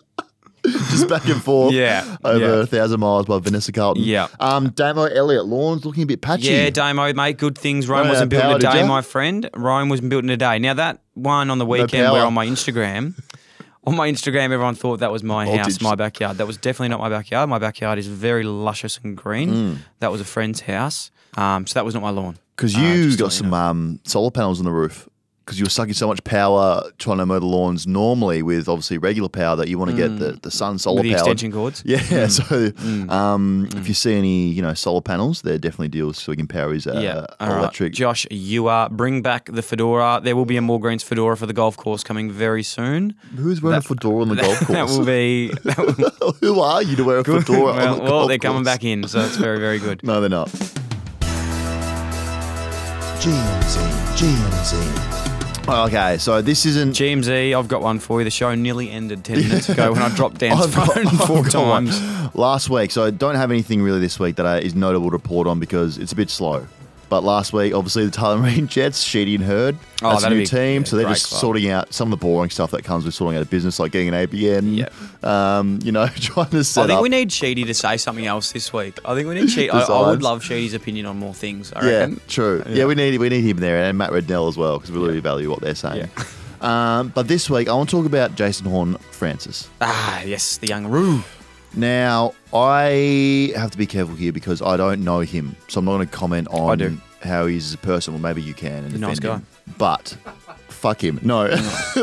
S1: Just back and forth.
S2: Yeah,
S1: Over
S2: yeah.
S1: a thousand miles by Vanessa Carlton.
S2: Yeah.
S1: Um, Damo Elliott, lawn's looking a bit patchy.
S2: Yeah, Damo, mate. Good things. Rome
S1: Run out of
S2: wasn't built
S1: power,
S2: in a
S1: did
S2: day,
S1: ya?
S2: my friend. Rome wasn't built in a day. Now that one on the weekend
S1: power.
S2: where on my Instagram, on my Instagram, everyone thought that was my house,
S1: Voltage.
S2: my backyard. That was definitely not my backyard. My backyard is very luscious and green.
S1: Mm.
S2: That was a friend's house. Um, so that was not my lawn.
S1: Because
S2: Uh,
S1: you
S2: just to
S1: got
S2: let
S1: some um, solar panels on the roof because you were sucking so much power trying to mow the lawns normally with obviously regular power that you want to get the, the sun solar
S2: Mm. With the
S1: powered.
S2: extension cords.
S1: Yeah, so
S2: Mm.
S1: Um, if you see any, you know, solar panels, they're definitely deals so we can power his uh,
S2: Yeah, all right.
S1: electric.
S2: Josh, you are bring back the fedora. There will be a more greens fedora for the golf course coming very soon.
S1: Who's wearing a fedora on the golf
S2: that
S1: course?
S2: will be. That will,
S1: Who are you to wear a fedora
S2: well,
S1: on the
S2: well,
S1: golf
S2: they're coming
S1: course?
S2: back in, so it's very, very good.
S1: No, they're not.
S3: GMZ, GMZ.
S1: Okay, so this isn't.
S2: GMZ, E, I've got one for you. The show nearly ended 10 minutes ago when I dropped Dan's
S1: I've got-
S2: phone four
S1: I've got one.
S2: times.
S1: Last week, so I don't have anything really this week that I, is notable to report on because it's a bit slow. But last week, obviously, the Tyler Marine Jets, Sheedy and Hurd,
S2: Oh,
S1: that's a
S2: that'd
S1: new
S2: be-
S1: team,
S2: yeah,
S1: so they're
S2: great
S1: just
S2: club.
S1: sorting out some of the boring stuff that comes with sorting out a business, like getting an ABN, um, you know, trying to set
S2: I think
S1: up.
S2: we need Sheedy to say something else this week. I think we need Sheedy. I, I
S1: Besides.
S2: would love Sheedy's opinion on more things, I
S1: yeah,
S2: reckon.
S1: true. Yeah. we need we need him there and Matt Rednell as well because we really value what they're saying. Um, but this week, I want to talk about Jason Horn Francis.
S2: Ah, yes, the young Roo.
S1: Now, I have to be careful here because I don't know him, so I'm not going to comment on
S2: do.
S1: how he's as a person. Well, maybe you can. And
S2: Nice
S1: defend him. But fuck him. No,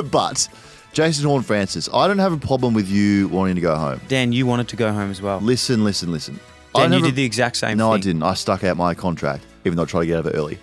S1: but Jason Horn Francis, I don't have a problem with you wanting to go home.
S2: Dan, you wanted to go home as well.
S1: Listen, listen, listen. I
S2: Dan, you
S1: never-
S2: did the exact same
S1: No, I
S2: thing.
S1: didn't. I stuck out my contract, even though I tried to get out of it early.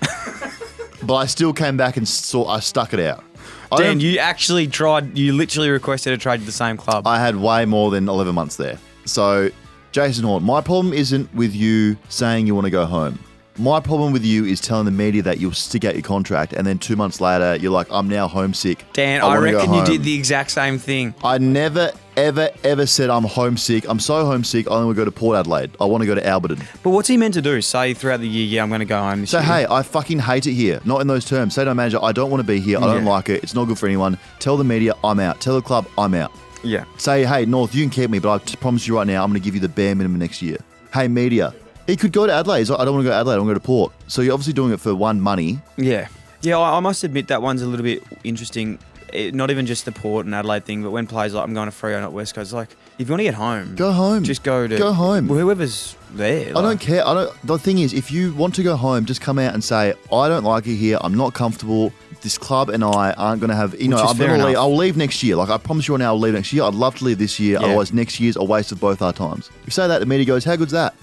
S1: but I still came back and saw. I stuck it out. I
S2: Dan,
S1: don't-
S2: you actually tried, you literally requested a trade to the same club.
S1: I had way more than 11 months there. So, Jason Horn, my problem isn't with you saying you want to go home. My problem with you is telling the media that you'll stick out your contract, and then two months later, you're like, I'm now homesick.
S2: Dan, I,
S1: wanna go
S2: reckon you
S1: home."
S2: did the exact same thing.
S1: I never, ever, ever said I'm homesick. I'm so homesick, I only want to go to Port Adelaide. I want to go to Alberton.
S2: But what's he meant to do? Say throughout the year, yeah, I'm going to go home this
S1: Say,
S2: year.
S1: hey, I fucking hate it here. Not in those terms. Say to my manager, I don't want to be here. I don't
S2: Yeah.
S1: like it. It's not good for anyone. Tell the media, I'm out. Tell the club, I'm out.
S2: Yeah.
S1: say, hey, North, you can keep me, but I t- promise you right now, I'm going to give you the bare minimum next year. Hey, media, he could go to Adelaide. He's like, I don't want to go to Adelaide. I want to go to Port. So you're obviously doing it for one money.
S2: Yeah. Yeah, I, I must admit that one's a little bit interesting. It, not even just the Port and Adelaide thing, but when players are like, I'm going to Freo, not West Coast, like, if you want to get home,
S1: Go home.
S2: Just go to
S1: Go home.
S2: Whoever's there.
S1: I don't
S2: like-
S1: care. I don't. The thing is, if you want to go home, just come out and say, I don't like it here. I'm not comfortable. this club and I aren't going to have. You know,
S2: is
S1: I'm
S2: fair
S1: going to leave.
S2: enough.
S1: I'll leave next year. Like I promise you, now I'll leave next year. I'd love to leave this year.
S2: Yeah.
S1: Otherwise, next year's a waste of both our times. If you say that, the media goes, "How good's that?"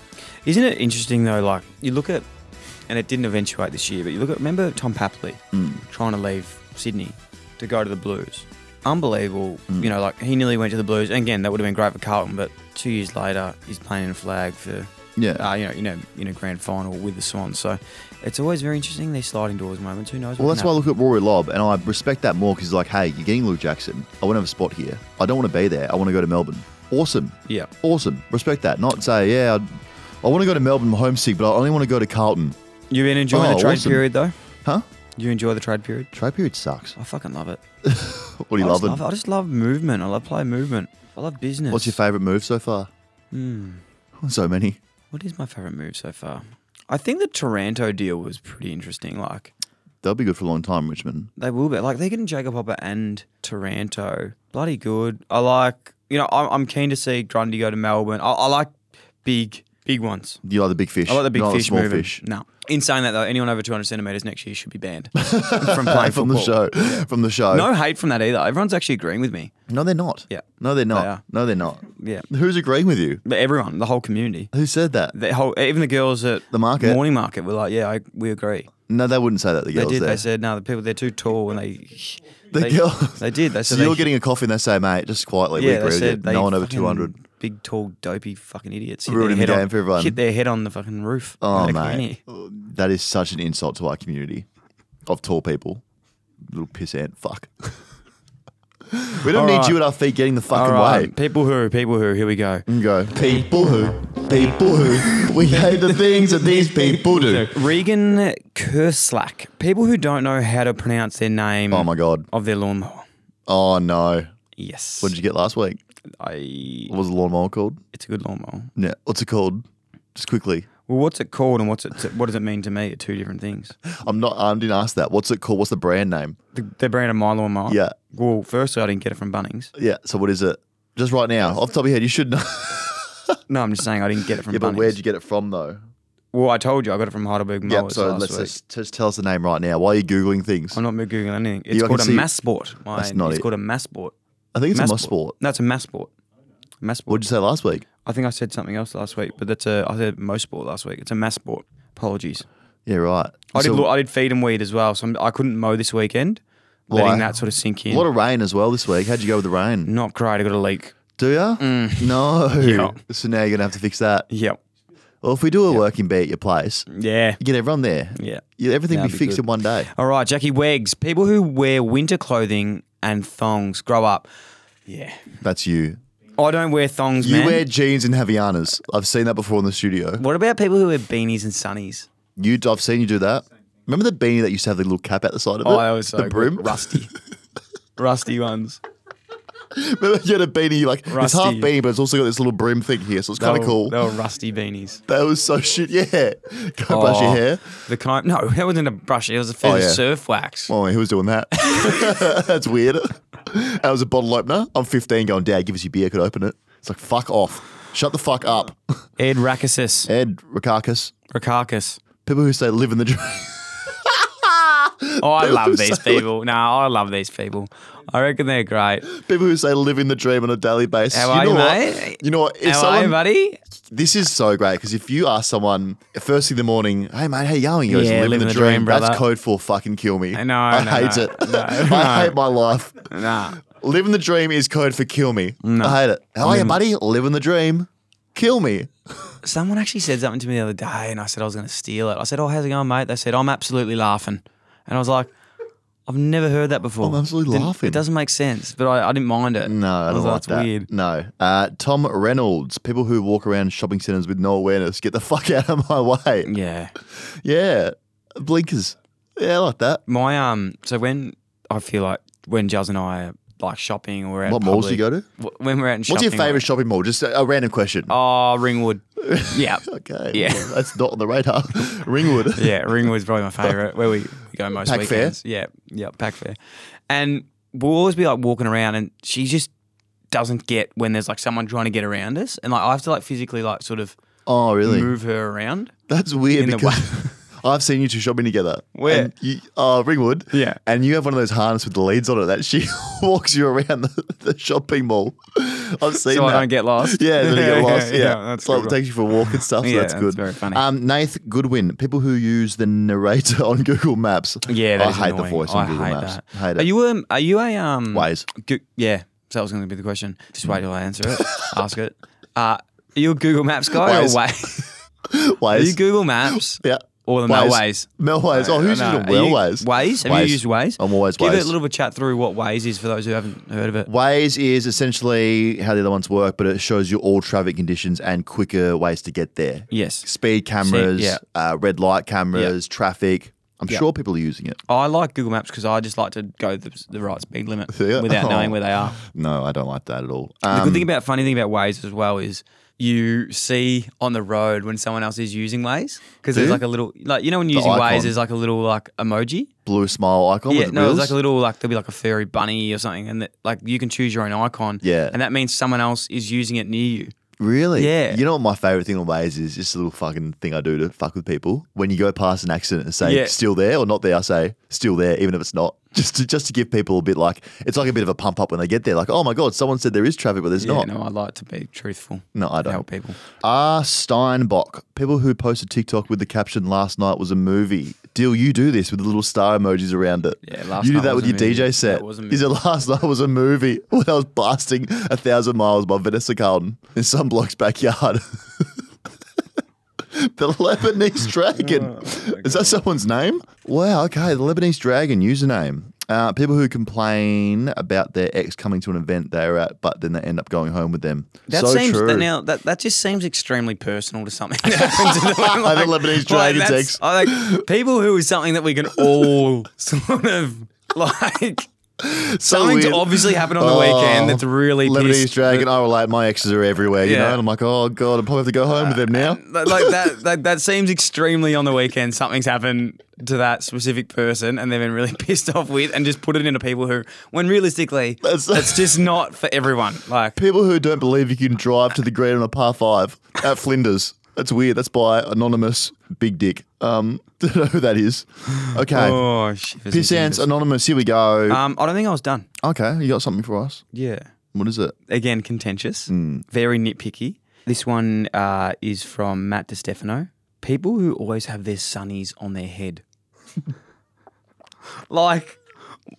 S2: Isn't it interesting though? Like you look at, and it didn't eventuate this year, but you look at. Remember Tom Papley
S1: Mm.
S2: trying to leave Sydney to go to the Blues. Unbelievable.
S1: Mm.
S2: You know, like he nearly went to the Blues. And again, that would have been great for Carlton, but two years later, he's playing in a flag for.
S1: Yeah.
S2: Uh, you know, you know, in a grand final with the Swans. So it's always very interesting these sliding doors moments. Who knows?
S1: Well,
S2: what
S1: that's
S2: can
S1: why I
S2: happen.
S1: look at Rory Lobb, and I respect that more because he's like, "Hey, you're getting Lou Jackson. I want to have a spot here. I don't want to be there. I want to go to Melbourne. Awesome.
S2: Yeah.
S1: Awesome. Respect that. Not say, yeah, I, I want to go to Melbourne. I'm homesick, but I only want to go to Carlton.
S2: You've been enjoying
S1: Oh,
S2: the trade
S1: awesome.
S2: period though.
S1: Huh?
S2: You enjoy the trade period?
S1: Trade period sucks.
S2: I fucking love it.
S1: What do you
S2: Oh, I
S1: love?
S2: just love it. I just love movement. I love player movement. I love business.
S1: What's your favourite move so far? Hmm. So many.
S2: What is my favorite move so far? I think the Toronto deal was pretty interesting. Like
S1: They'll be good for a long time, Richmond.
S2: they will be like they're getting Jacob Hopper and Toronto. Bloody good. I like you know I'm, I'm keen to see Grundy go to Melbourne. I, I like big big ones.
S1: You like the big fish.
S2: I like the big
S1: not
S2: fish
S1: the small
S2: moving.
S1: fish.
S2: No. In saying that though, anyone over 200 centimeters next year should be banned from playing
S1: From the
S2: football.
S1: show. From the show.
S2: No hate from that either. Everyone's actually agreeing with me.
S1: No, they're not.
S2: Yeah.
S1: No, they're not.
S2: They are.
S1: No, they're not.
S2: Yeah.
S1: Who's agreeing with you?
S2: But everyone, the whole community,
S1: Who said that?
S2: the whole even the girls at
S1: The market.
S2: morning market were like, yeah, I, we agree.
S1: No, they wouldn't say that. The
S2: They
S1: girls
S2: did.
S1: there.
S2: They said no. The people they're too tall, and they
S1: The
S2: they,
S1: girls-
S2: they did. They
S1: so
S2: said
S1: you're
S2: they,
S1: getting a coffee, and they say, "Mate, just quietly, we
S2: yeah. They
S1: agree
S2: said
S1: with
S2: they
S1: you. No one over
S2: fucking
S1: 200."
S2: Big, tall, dopey, fucking idiots. hit
S1: Ruining
S2: their
S1: the
S2: head
S1: game
S2: on-
S1: for everyone.
S2: Hit their head on the fucking roof.
S1: Oh,
S2: Like,
S1: mate,
S2: "Come here."
S1: that is such an insult to our community of tall people. Little piss ant, fuck. we don't
S2: All
S1: need
S2: right.
S1: you at our feet getting the
S2: All
S1: fucking
S2: right,
S1: way.
S2: people who, people who. Here we go.
S1: And go, people who, people who, we hate the things that these people do.
S2: Regan Kerslak. People who don't know how to pronounce their name.
S1: Oh my god.
S2: Of their lawnmower.
S1: Oh no.
S2: Yes.
S1: What did you get last week?
S2: I.
S1: What was the lawnmower called?
S2: It's a good lawnmower.
S1: Yeah. What's it called? Just quickly.
S2: Well, what's it called and what's it? What does it mean to me? Are two different things.
S1: I'm not. I didn't ask that. What's it called? What's the brand name?
S2: The, the brand of my lawnmower.
S1: Yeah.
S2: Well, firstly, I didn't get it from Bunnings.
S1: Yeah. So what is it? Just right now, off the top of your head, you should know.
S2: No, I'm just saying I didn't get it from.
S1: Yeah, but
S2: Bunnings.
S1: where'd you get it from though?
S2: Well, I told you I got it from Heidelberg Mowers
S1: Yep. So
S2: last
S1: let's
S2: week.
S1: just, just tell us the name right now. Why are you googling things?
S2: I'm not googling anything.
S1: I
S2: It's
S1: can
S2: called a
S1: see-
S2: mass sport. My,
S1: That's not
S2: it's
S1: it.
S2: called a mass sport.
S1: I think it's a
S2: Mass
S1: must sport.
S2: No, it's a mass sport. Mass sport.
S1: What'd you say last week?
S2: I think I said something else last week, but that's a I said most sport last week. It's a mass sport. Apologies.
S1: Yeah, right.
S2: I did
S1: So,
S2: lo- I did feed and weed as well, so I'm, I couldn't mow this weekend. Letting
S1: Why?
S2: that sort of sink
S1: a
S2: in.
S1: lot of rain as well this week. How'd you go with the rain?
S2: not great. I got a leak.
S1: Do ya? No.
S2: Yeah.
S1: So now you're gonna have to fix that.
S2: Yep.
S1: Well, if we do a working bee at your place,
S2: Yeah.
S1: you get everyone there.
S2: Yeah.
S1: You, everything
S2: That'd
S1: be
S2: be
S1: fixed
S2: good.
S1: in one day.
S2: All right, Jackie Weggs. People who wear winter clothing and thongs grow up. Yeah.
S1: That's you.
S2: I don't wear thongs,
S1: You
S2: man.
S1: wear jeans and Havaianas. I've seen that before in the studio.
S2: What about people who wear beanies and sunnies?
S1: You, I've seen you do that. Remember the beanie that used to have the little cap at the side of it?
S2: Oh, that was so
S1: the
S2: good.
S1: brim.
S2: rusty, rusty ones.
S1: Remember you had a beanie like it's half
S2: Rusty.
S1: beanie, but it's also got this little brim thing here, so it's kind of cool.
S2: They were rusty beanies.
S1: That was so shit. Yeah, go brush your
S2: Oh,
S1: hair.
S2: The kind? No, that wasn't a brush. It was a fair
S1: Oh, yeah.
S2: surf wax.
S1: Oh, who was doing that? That's weird. That was a bottle opener. I'm 15, going, Dad, give us your beer. I could open it. It's like fuck off. Shut the fuck up.
S2: Ed Rakasis,
S1: Ed Rakakis.
S2: Rakakis.
S1: People who say live in the dream.
S2: Oh, I love
S1: so
S2: these people. No, I love these people. I reckon they're great.
S1: People who say live in the dream on a daily basis.
S2: How
S1: you
S2: are
S1: know
S2: you,
S1: what?
S2: mate?
S1: You know what? If
S2: How are you,
S1: someone-
S2: buddy?
S1: This is so great because if you ask someone first thing in the morning, "Hey mate, how you going?" He goes,
S2: Yeah,
S1: "Living
S2: living
S1: the
S2: the
S1: dream."
S2: dream,
S1: That's
S2: brother.
S1: code for fucking kill me.
S2: No,
S1: I
S2: no,
S1: hate
S2: no.
S1: it.
S2: No,
S1: I
S2: no.
S1: hate my life.
S2: Nah.
S1: Living the dream is code for kill me. I hate it. How are you, buddy? Living the dream. Kill me.
S2: Someone actually said something to me the other day, and I said I was going to steal it. I said, "Oh, how's it going, mate?" They said, "I'm absolutely laughing," and I was like, "I've never heard that before."
S1: I'm absolutely
S2: Didn't-
S1: laughing.
S2: It doesn't make sense, but I, I didn't mind it.
S1: No, I
S2: was
S1: don't like
S2: "That's
S1: that.
S2: Weird.
S1: No. Uh, Tom Reynolds. People who walk around shopping centers with no awareness. Get the fuck out of my way.
S2: Yeah,
S1: Yeah. Blinkers. Yeah, I like that.
S2: my um. So when I feel like when Jazz and I are like shopping or we're out
S1: What
S2: in
S1: malls do you
S2: public-
S1: go to?
S2: wh- When we're out in
S1: What's
S2: shopping,
S1: your favorite shopping mall? Just a, a random question.
S2: Oh, Ringwood. Yeah,
S1: Okay.
S2: Yeah.
S1: well, that's not on the radar. Ringwood.
S2: yeah. Ringwood's probably my favorite. Where we, we go most
S1: Pack fair?
S2: weekends. Yeah, yeah. Pack fair, and we'll always be like walking around, and she just doesn't get when there's like someone trying to get around us, and like I have to like physically like sort of
S1: Oh, really?
S2: move her around.
S1: That's weird
S2: Mm-hmm. in the
S1: because I've seen you two shopping together.
S2: Where?
S1: And you, uh, Ringwood.
S2: Yeah.
S1: And you have one of those harness with the leads on it that she walks you around the, the shopping mall. I've seen
S2: So I
S1: that.
S2: don't get lost.
S1: Yeah, then you get
S2: Yeah,
S1: lost.
S2: yeah,
S1: Yeah,
S2: yeah, that's
S1: it's like
S2: good.
S1: takes you for a walk and stuff. So
S2: Yeah,
S1: that's
S2: that's
S1: good.
S2: very funny.
S1: Um, Nath Goodwin, people who use the narrator on Google Maps.
S2: Yeah, that
S1: I
S2: is
S1: hate the
S2: annoying.
S1: voice on
S2: I
S1: Google
S2: hate
S1: Maps.
S2: That.
S1: Hate it.
S2: Are you a? Are you a? Um,
S1: Waze.
S2: Go- yeah, so that was going to be the question. Just wait till I answer it. Ask it. Uh, are you a Google Maps guy
S1: Waze.
S2: or Waze?
S1: Waze?
S2: Are you Google Maps?
S1: Yeah.
S2: Or the Waze.
S1: Melways. Oh, who's using
S2: No, are
S1: well
S2: you-
S1: Waze?
S2: Waze. Have you used Waze?
S1: I'm always
S2: Give it
S1: Waze.
S2: a little bit of chat through what Waze is for those who haven't heard of it.
S1: Waze is essentially how the other ones work, but it shows you all traffic conditions and quicker ways to get there.
S2: Yes.
S1: Speed cameras,
S2: yeah.
S1: uh, red light cameras, traffic. I'm sure people are using it.
S2: I like Google Maps because I just like to go the, the right speed limit
S1: Yeah.
S2: without
S1: Oh.
S2: knowing where they are.
S1: No, I don't like that at all.
S2: The
S1: Um,
S2: good thing about funny thing about Waze as well is you see on the road when someone else is using Waze because there's
S1: you?
S2: like a little like you know when you're using
S1: icon.
S2: Waze there's like a little like emoji.
S1: blue smile icon
S2: Yeah,
S1: with
S2: no,
S1: wheels.
S2: there's like a little like there'll be like a furry bunny or something, and that, like you can choose your own icon.
S1: Yeah.
S2: and that means someone else is using it near you.
S1: Really?
S2: Yeah.
S1: You know what my favorite thing on Waze is? Just a little fucking thing I do to fuck with people. When you go past an accident and say
S2: Yeah.
S1: still there or not there, I say still there, even if it's not. Just to just to give people a bit like it's like a bit of a pump up when they get there. Like, oh my god, someone said there is traffic, but there's
S2: Yeah,
S1: not.
S2: no, I like to be truthful.
S1: No, I
S2: and
S1: don't.
S2: help people.
S1: R. Steinbach, Ah, people who posted TikTok with the caption "Last night was a movie." Deal, you do this with the little star emojis around it.
S2: Yeah, last
S1: you do
S2: night
S1: that
S2: was
S1: with
S2: a
S1: your
S2: movie.
S1: DJ set.
S2: That was a
S1: Is it last night was a movie when I was blasting a thousand miles by Vanessa Carlton in some block's backyard? the Lebanese
S2: Oh,
S1: dragon. Is that someone's name? Wow. Okay, the Lebanese dragon username. Uh, people who complain about their ex coming to an event they were at, but then they end up going home with them.
S2: That
S1: so
S2: seems
S1: true.
S2: that now that, that just seems extremely personal to something that happened to them.
S1: I think Lebanese dragon takes.
S2: that's- I think people who is something that we can all sort of like
S1: So
S2: something's
S1: weird.
S2: obviously happened on the weekend that's really
S1: Oh, Lebanese
S2: pissed-
S1: dragon. I relate. My exes are everywhere, you
S2: uh, Yeah. uh,
S1: know. And I'm like, oh god, I probably have to go home with them now.
S2: Like like that, that that seems extremely on the weekend. Something's happened to that specific person, and they've been really pissed off with, and just put it into people who, when realistically,
S1: That's-
S2: that's, just not for everyone. Like,
S1: People who don't believe you can drive to the green on a par five at Flinders. That's weird. That's by anonymous big dick. Um, don't know who that is. Okay,
S2: oh shivers and
S1: pissants
S2: shivers.
S1: anonymous. Here we go.
S2: Um, I don't think I was done.
S1: okay, you got something for us?
S2: Yeah.
S1: What is it?
S2: again contentious,
S1: Hmm.
S2: very nitpicky. This one uh, is from Matt DiStefano. People who always have their sunnies on their head. like,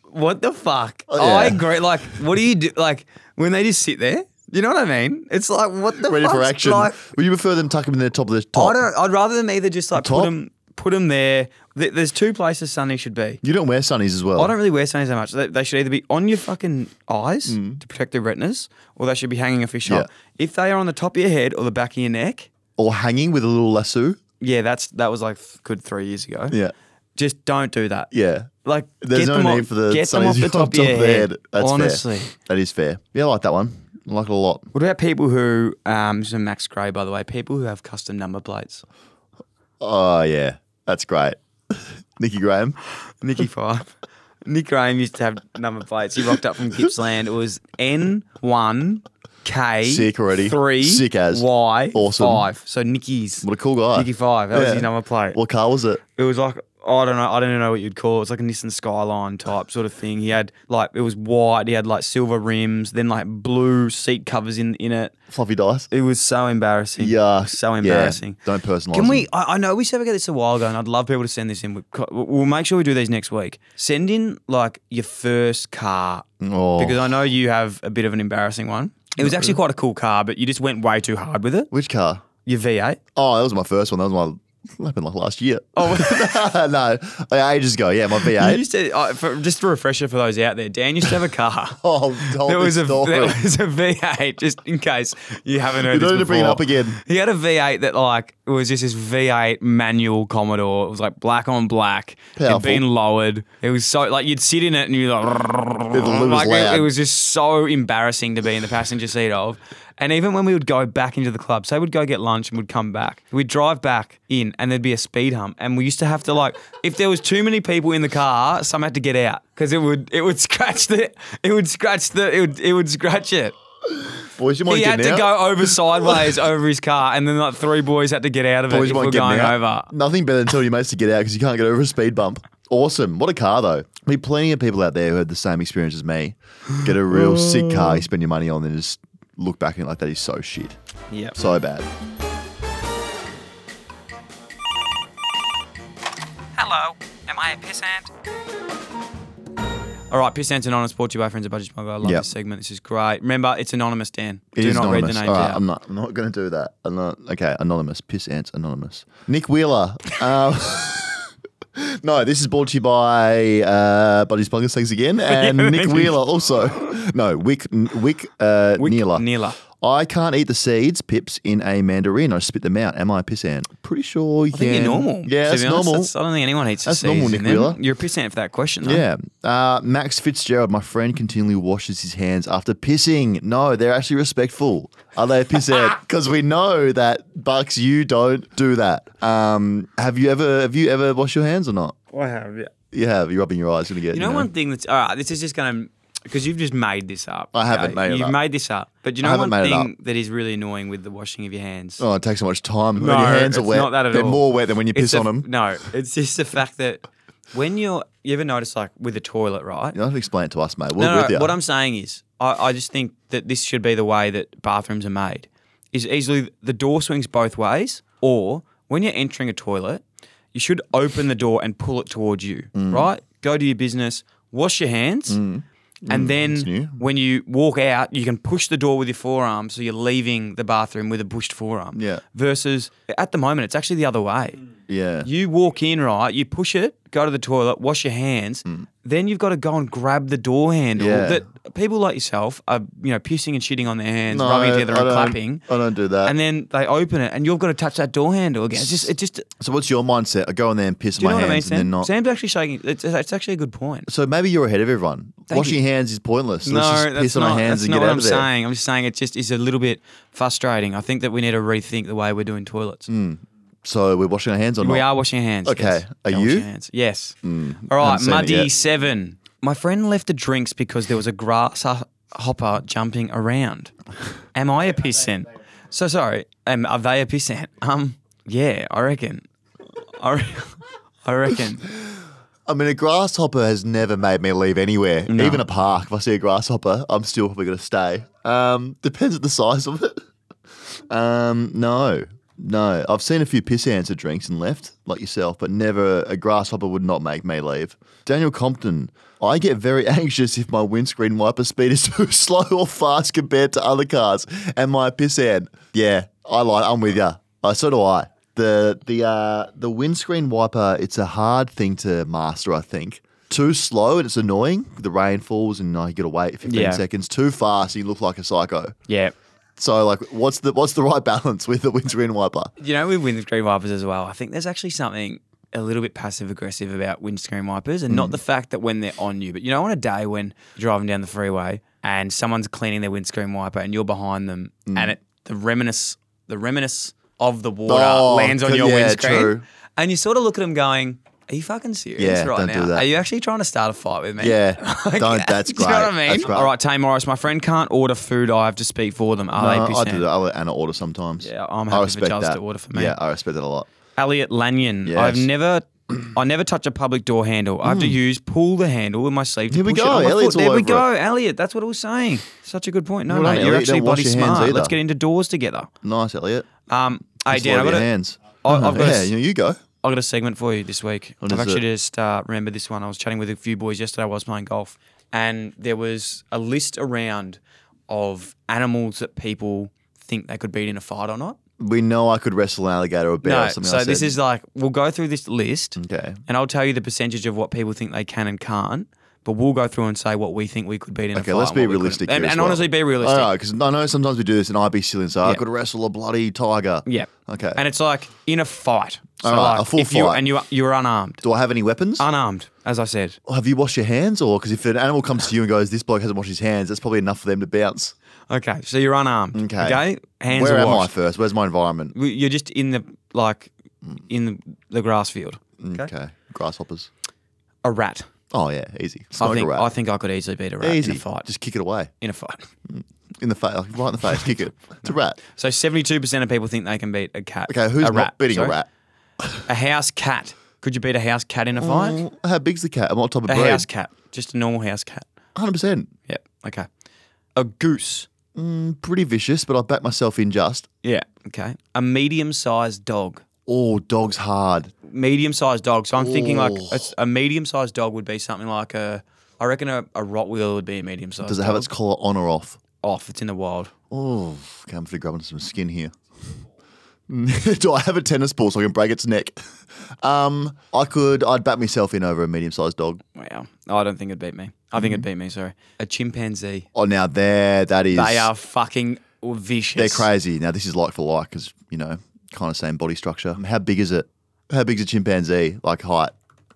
S2: what the fuck?
S1: Oh,
S2: I
S1: yeah.
S2: agree. Like, what do you do? Like, when they just sit there, you know what I mean? It's like, what the
S1: Ready for
S2: fuck's-
S1: action?
S2: Like,
S1: Would you prefer them tuck them in the top of the top?
S2: I don't, I'd rather them either just like put
S1: top?
S2: them, put them there. Th- There's two places sunnies should be.
S1: you don't wear sunnies as well.
S2: I don't really wear sunnies that much. They, they should either be on your fucking eyes
S1: Mm.
S2: to protect their retinas, or they should be hanging off your shop. If they are on the top of your head or the back of your neck,
S1: or hanging with a little lasso.
S2: yeah, that's that was like th- good three years ago.
S1: Yeah,
S2: Just don't do that.
S1: yeah.
S2: Like
S1: There's
S2: get
S1: no
S2: them
S1: need
S2: off,
S1: for the
S2: get them
S1: sunnies
S2: off the
S1: on
S2: top, of your head.
S1: That's fair.
S2: Honestly.
S1: That is fair. Yeah, I like that one. I like it a lot.
S2: What about people who um this is from Max Gray by the way, people who have custom number plates.
S1: Oh yeah, that's great. Nikki Graham.
S2: Nicky Five. Nick Graham used to have number plates. He rocked up from Gippsland. It was N one K
S1: Sick already.
S2: three
S1: Sick as.
S2: Y
S1: Awesome.
S2: five. So Nicky's
S1: What a cool guy.
S2: Nicky Five. That was
S1: Yeah.
S2: his number plate.
S1: What car was it?
S2: It was like I don't know. I don't know what you'd call it. It's like a Nissan Skyline type sort of thing. He had like it was white. He had like silver rims, then like blue seat covers in in it.
S1: Fluffy dice.
S2: It was so embarrassing.
S1: Yeah.
S2: so
S1: Yeah.
S2: embarrassing.
S1: Don't personalize.
S2: Can we?
S1: them.
S2: I, I know we said we got this a while ago, and I'd love people to send this in. We, we'll make sure we do these next week. Send in like your first car
S1: Oh.
S2: because I know you have a bit of an embarrassing one. It was actually quite a cool car, but you just went way too hard with it.
S1: Which car?
S2: Your V8.
S1: Oh, that was my first one. That was my happened like last year. Oh no, like, ages ago. Yeah, my
S2: You
S1: V8.
S2: used to, uh, for, just a refresher for those out there, Dan used to have a car.
S1: Oh, told
S2: There was, a,
S1: story.
S2: there was a V8, just in case you haven't heard
S1: You
S2: this
S1: don't need to bring it
S2: before.
S1: up again.
S2: He had a V8 that, like, it was just this V8 manual Commodore. It was like black on black.
S1: Powerful.
S2: It'd been lowered. It was so, like, you'd sit in it and you're like,
S1: the lid was
S2: Oh, like,
S1: loud.
S2: It, it was just so embarrassing to be in the passenger seat of. And even when we would go back into the club, say we'd go get lunch and we'd come back, we'd drive back in and there'd be a speed hump. And we used to have to like, if there was too many people in the car, some had to get out because it would it would scratch the it would scratch the it would it would scratch it.
S1: Boys, you might
S2: He
S1: get
S2: had to
S1: out.
S2: go over sideways over his car, and then like three boys had to get out of
S1: Boys,
S2: it
S1: you
S2: if we're
S1: might get
S2: going
S1: out.
S2: over.
S1: Nothing better than telling your mates to get out because you can't get over a speed bump. Awesome. What a car, though. I mean, plenty of people out there who had the same experience as me. Get a real sick car you spend your money on and just look back and like, that is so shit.
S2: Yep.
S1: So bad.
S2: Hello, am I a pissant? All right, pissant's anonymous. Brought to you by friends of Budget Smuggler. I love
S1: Yep.
S2: this segment. This is great. Remember, it's anonymous, Dan.
S1: It
S2: Do
S1: is
S2: not
S1: anonymous.
S2: read the names
S1: All right,
S2: out.
S1: I'm not. I'm not going to do that. I'm not, okay, anonymous. Piss ants anonymous. Nick Wheeler. Um, no, this is brought to you by uh, Buddy's Pluggers. Thanks again, and Nick Wheeler also. No, Wick Wick uh,
S2: Wick
S1: Neela.
S2: Neela.
S1: I can't eat the seeds, pips, in a mandarin. I spit them out. Am I a piss ant? Pretty sure you can.
S2: I think you're normal.
S1: Yeah,
S2: to
S1: that's
S2: be honest.
S1: normal.
S2: That's- uh, I don't think anyone eats
S1: That's
S2: the
S1: normal,
S2: seeds
S1: Nick
S2: in them.
S1: Wheeler.
S2: You're a pissant for that question, though.
S1: Yeah. Uh, Max Fitzgerald, my friend, continually washes his hands after pissing. No, they're actually respectful. Are they a pisshead? Because we know that Bucks, you don't do that. Um, have you ever have you ever washed your hands or not?
S2: I have. Yeah.
S1: You have. You're rubbing your eyes. Gonna get
S2: You know, one thing that's all right. This is just going to because you've just made this up.
S1: I haven't made it
S2: You've
S1: up.
S2: made this up. But
S1: I
S2: you know one
S1: haven't made it
S2: thing that is really annoying with the washing of your hands.
S1: Oh, it takes so much time. when your hands are
S2: it's
S1: wet.
S2: Not that at
S1: they're
S2: all.
S1: more wet than when you
S2: It's
S1: piss
S2: the-
S1: on them.
S2: No, it's just the fact that when you're you ever notice like with a toilet, right?
S1: You don't have to explain it to us, mate. We're
S2: No, no,
S1: with
S2: no,
S1: you.
S2: what I'm saying is, I, I just think that this should be the way that bathrooms are made. Is easily the door swings both ways, or when you're entering a toilet, you should open the door and pull it towards you,
S1: Mm.
S2: right? Go to your business, wash your hands, and
S1: Mm, new.
S2: then when you walk out, you can push the door with your forearm, so you're leaving the bathroom with a pushed forearm.
S1: Yeah.
S2: Versus at the moment, it's actually the other way.
S1: yeah.
S2: You walk in, right? You push it, go to the toilet, wash your hands. Then you've got to go and grab the door handle
S1: Hmm. Yeah.
S2: that people like yourself are, you know, pissing and shitting on their hands, rubbing together
S1: I
S2: and
S1: don't-
S2: clapping.
S1: I don't do that.
S2: And then they open it, and you've got to touch that door handle again. It's just, it just. Do
S1: so what's your mindset? I go in there and piss
S2: you
S1: my
S2: know what
S1: hands
S2: I
S1: and
S2: mean, Sam?
S1: then not.
S2: Sam's actually shaking. It's, it's actually a good point.
S1: So maybe you're ahead of everyone.
S2: Thank
S1: Washing
S2: you.
S1: hands is pointless.
S2: no,
S1: Let's just
S2: that's
S1: piss on
S2: not,
S1: our hands
S2: that's
S1: and
S2: not
S1: get
S2: what
S1: out
S2: I'm
S1: of there.
S2: saying. I'm just saying it just is a little bit frustrating. I think that we need to rethink the way we're doing
S1: Mm.
S2: toilets.
S1: So we're washing our hands or
S2: We
S1: not?
S2: are washing our hands.
S1: Okay.
S2: yes.
S1: Are
S2: Go wash
S1: you? Mm,
S2: your hands. Yes. All right.
S1: haven't seen it
S2: Muddy
S1: yet.
S2: seven. My friend left the drinks because there was a grasshopper jumping around. Am I a pissant? So sorry. Um, are they a pissant? Um, yeah, I reckon. I, re- I reckon.
S1: I mean, a grasshopper has never made me leave anywhere, even a park. If I see a grasshopper, I'm still probably going to stay. Um, depends on the size of it. Um, no, no. I've seen a few piss ants at drinks and left, like yourself, but never a grasshopper would not make me leave. Daniel Compton. I get very anxious if my windscreen wiper speed is too slow or fast compared to other cars. And my piss ant. Yeah, I like. I'm with ya. Uh, so do I. The the uh, the windscreen wiper. It's a hard thing to master. I think too slow and it's annoying. The rain falls and uh, you got to wait 15
S2: Yeah.
S1: seconds. Too fast, you look like a psycho.
S2: Yeah.
S1: So like, what's the what's the right balance with the windscreen wiper?
S2: You know, with windscreen wipers as well, I think there's actually something a little bit passive aggressive about windscreen wipers
S1: Mm.
S2: and not the fact that when they're on you, but you know, on a day when you're driving down the freeway and someone's cleaning their windscreen wiper and you're behind them
S1: Mm.
S2: and it the reminisce the reminisce of the water
S1: Oh,
S2: lands on
S1: c-
S2: your
S1: yeah,
S2: windscreen.
S1: true.
S2: And you sort of look at them going, Are you fucking serious
S1: Yeah,
S2: right
S1: don't
S2: now?
S1: do that.
S2: Are you actually trying to start a fight with me?
S1: Yeah, don't. That's
S2: Do
S1: great.
S2: you know what I mean?
S1: That's great.
S2: All right, Tay Morris, my friend can't order food. I have to speak for them. Are
S1: Uh,
S2: they
S1: I do
S2: pissant?
S1: that. I let Anna order sometimes.
S2: Yeah, I'm
S1: I
S2: happy for
S1: respect
S2: Charles
S1: that.
S2: to order for me.
S1: Yeah, I respect that a lot.
S2: Elliot Lanyon. I've
S1: Yes. Hmm.
S2: never. I never touch a public door handle. I have to use pull the handle with my sleeve. To
S1: Here we
S2: push it
S1: go,
S2: on my
S1: Elliot's
S2: foot.
S1: all
S2: There we
S1: over
S2: go, Elliot. That's what I was saying. Such a good point. No,
S1: Well done,
S2: mate, you're
S1: Elliot.
S2: actually
S1: Don't wash
S2: bloody
S1: your hands
S2: smart.
S1: either.
S2: Let's get into doors together.
S1: Nice, Elliot.
S2: Um, hey
S1: Just
S2: Dan, I've
S1: lower
S2: got,
S1: your
S2: a,
S1: hands. Oh,
S2: I- I've got a
S1: yeah,
S2: s-
S1: you, you go.
S2: I've got a segment for you this week.
S1: What
S2: I've
S1: is
S2: actually
S1: it?
S2: just uh, remembered this one. I was chatting with a few boys yesterday while I was playing golf, and there was a list around of animals that people think they could beat in a fight or not.
S1: We know I could wrestle an alligator or a bear
S2: No,
S1: or something.
S2: so
S1: I
S2: this
S1: said. Mm-hmm.
S2: is like we'll go through this list,
S1: Okay.
S2: and I'll tell you the percentage of what people think they can and can't. But we'll go through and say what we think we could beat in a
S1: Okay,
S2: fight
S1: let's
S2: and
S1: be
S2: what we couldn't.
S1: realistic.
S2: and,
S1: here as
S2: and
S1: well.
S2: honestly, be realistic.
S1: I know, 'cause I know sometimes we do this and I'd be silly and say, I
S2: Yeah.
S1: could wrestle a bloody tiger.
S2: Yeah.
S1: Okay.
S2: And it's like in a fight. So
S1: All right,
S2: like
S1: a full
S2: if you-
S1: fight.
S2: and you you're unarmed,
S1: do I have any weapons?
S2: unarmed, as I said.
S1: Or have you washed your hands? Or because if an animal comes to you and goes, this bloke hasn't washed his hands, that's probably enough for them to bounce.
S2: Okay, so you're unarmed.
S1: Okay.
S2: hands
S1: Where
S2: are
S1: am I
S2: washed.
S1: first? Where's my environment?
S2: W- You're just in the like in the, the grass field.
S1: Okay. Grasshoppers.
S2: A rat.
S1: Oh yeah, easy.
S2: I
S1: Smoke
S2: think
S1: a rat.
S2: I think I could easily beat a rat
S1: easy.
S2: in a fight.
S1: Just kick it away.
S2: in a fight.
S1: in the face, like right in the face, kick it. It's a rat.
S2: So seventy-two percent of people think they can beat a cat.
S1: Okay, who's
S2: a
S1: not
S2: rat,
S1: beating
S2: sorry.
S1: a rat?
S2: A house cat. Could you beat a house cat in a fight?
S1: Mm, How big's the cat? And what type of
S2: a
S1: breed?
S2: house cat, just a normal house cat.
S1: Hundred percent.
S2: Yeah. Okay. A goose.
S1: Pretty vicious, but I back myself in just.
S2: Yeah. Okay. A medium-sized dog.
S1: Oh, dog's hard.
S2: Medium-sized dog. So I'm thinking like
S1: Oh.
S2: a, a medium-sized dog would be something like a. I reckon a, a Rottweiler would be a medium-sized.
S1: Does it have
S2: dog.
S1: its collar on or off?
S2: off? It's in the wild.
S1: Oh, okay, I'm for grabbing some skin here. Do I have a tennis ball so I can break its neck? Um, I could. I'd bat myself in over a medium-sized dog.
S2: Wow. Oh, I don't think it'd beat me. I think
S1: Mm-hmm.
S2: it'd beat me. Sorry. A chimpanzee.
S1: Oh, now there, that is.
S2: They are fucking vicious.
S1: They're crazy. Now this is like for like because you know, kind of same body structure. How big is it? How big's a chimpanzee? Like height?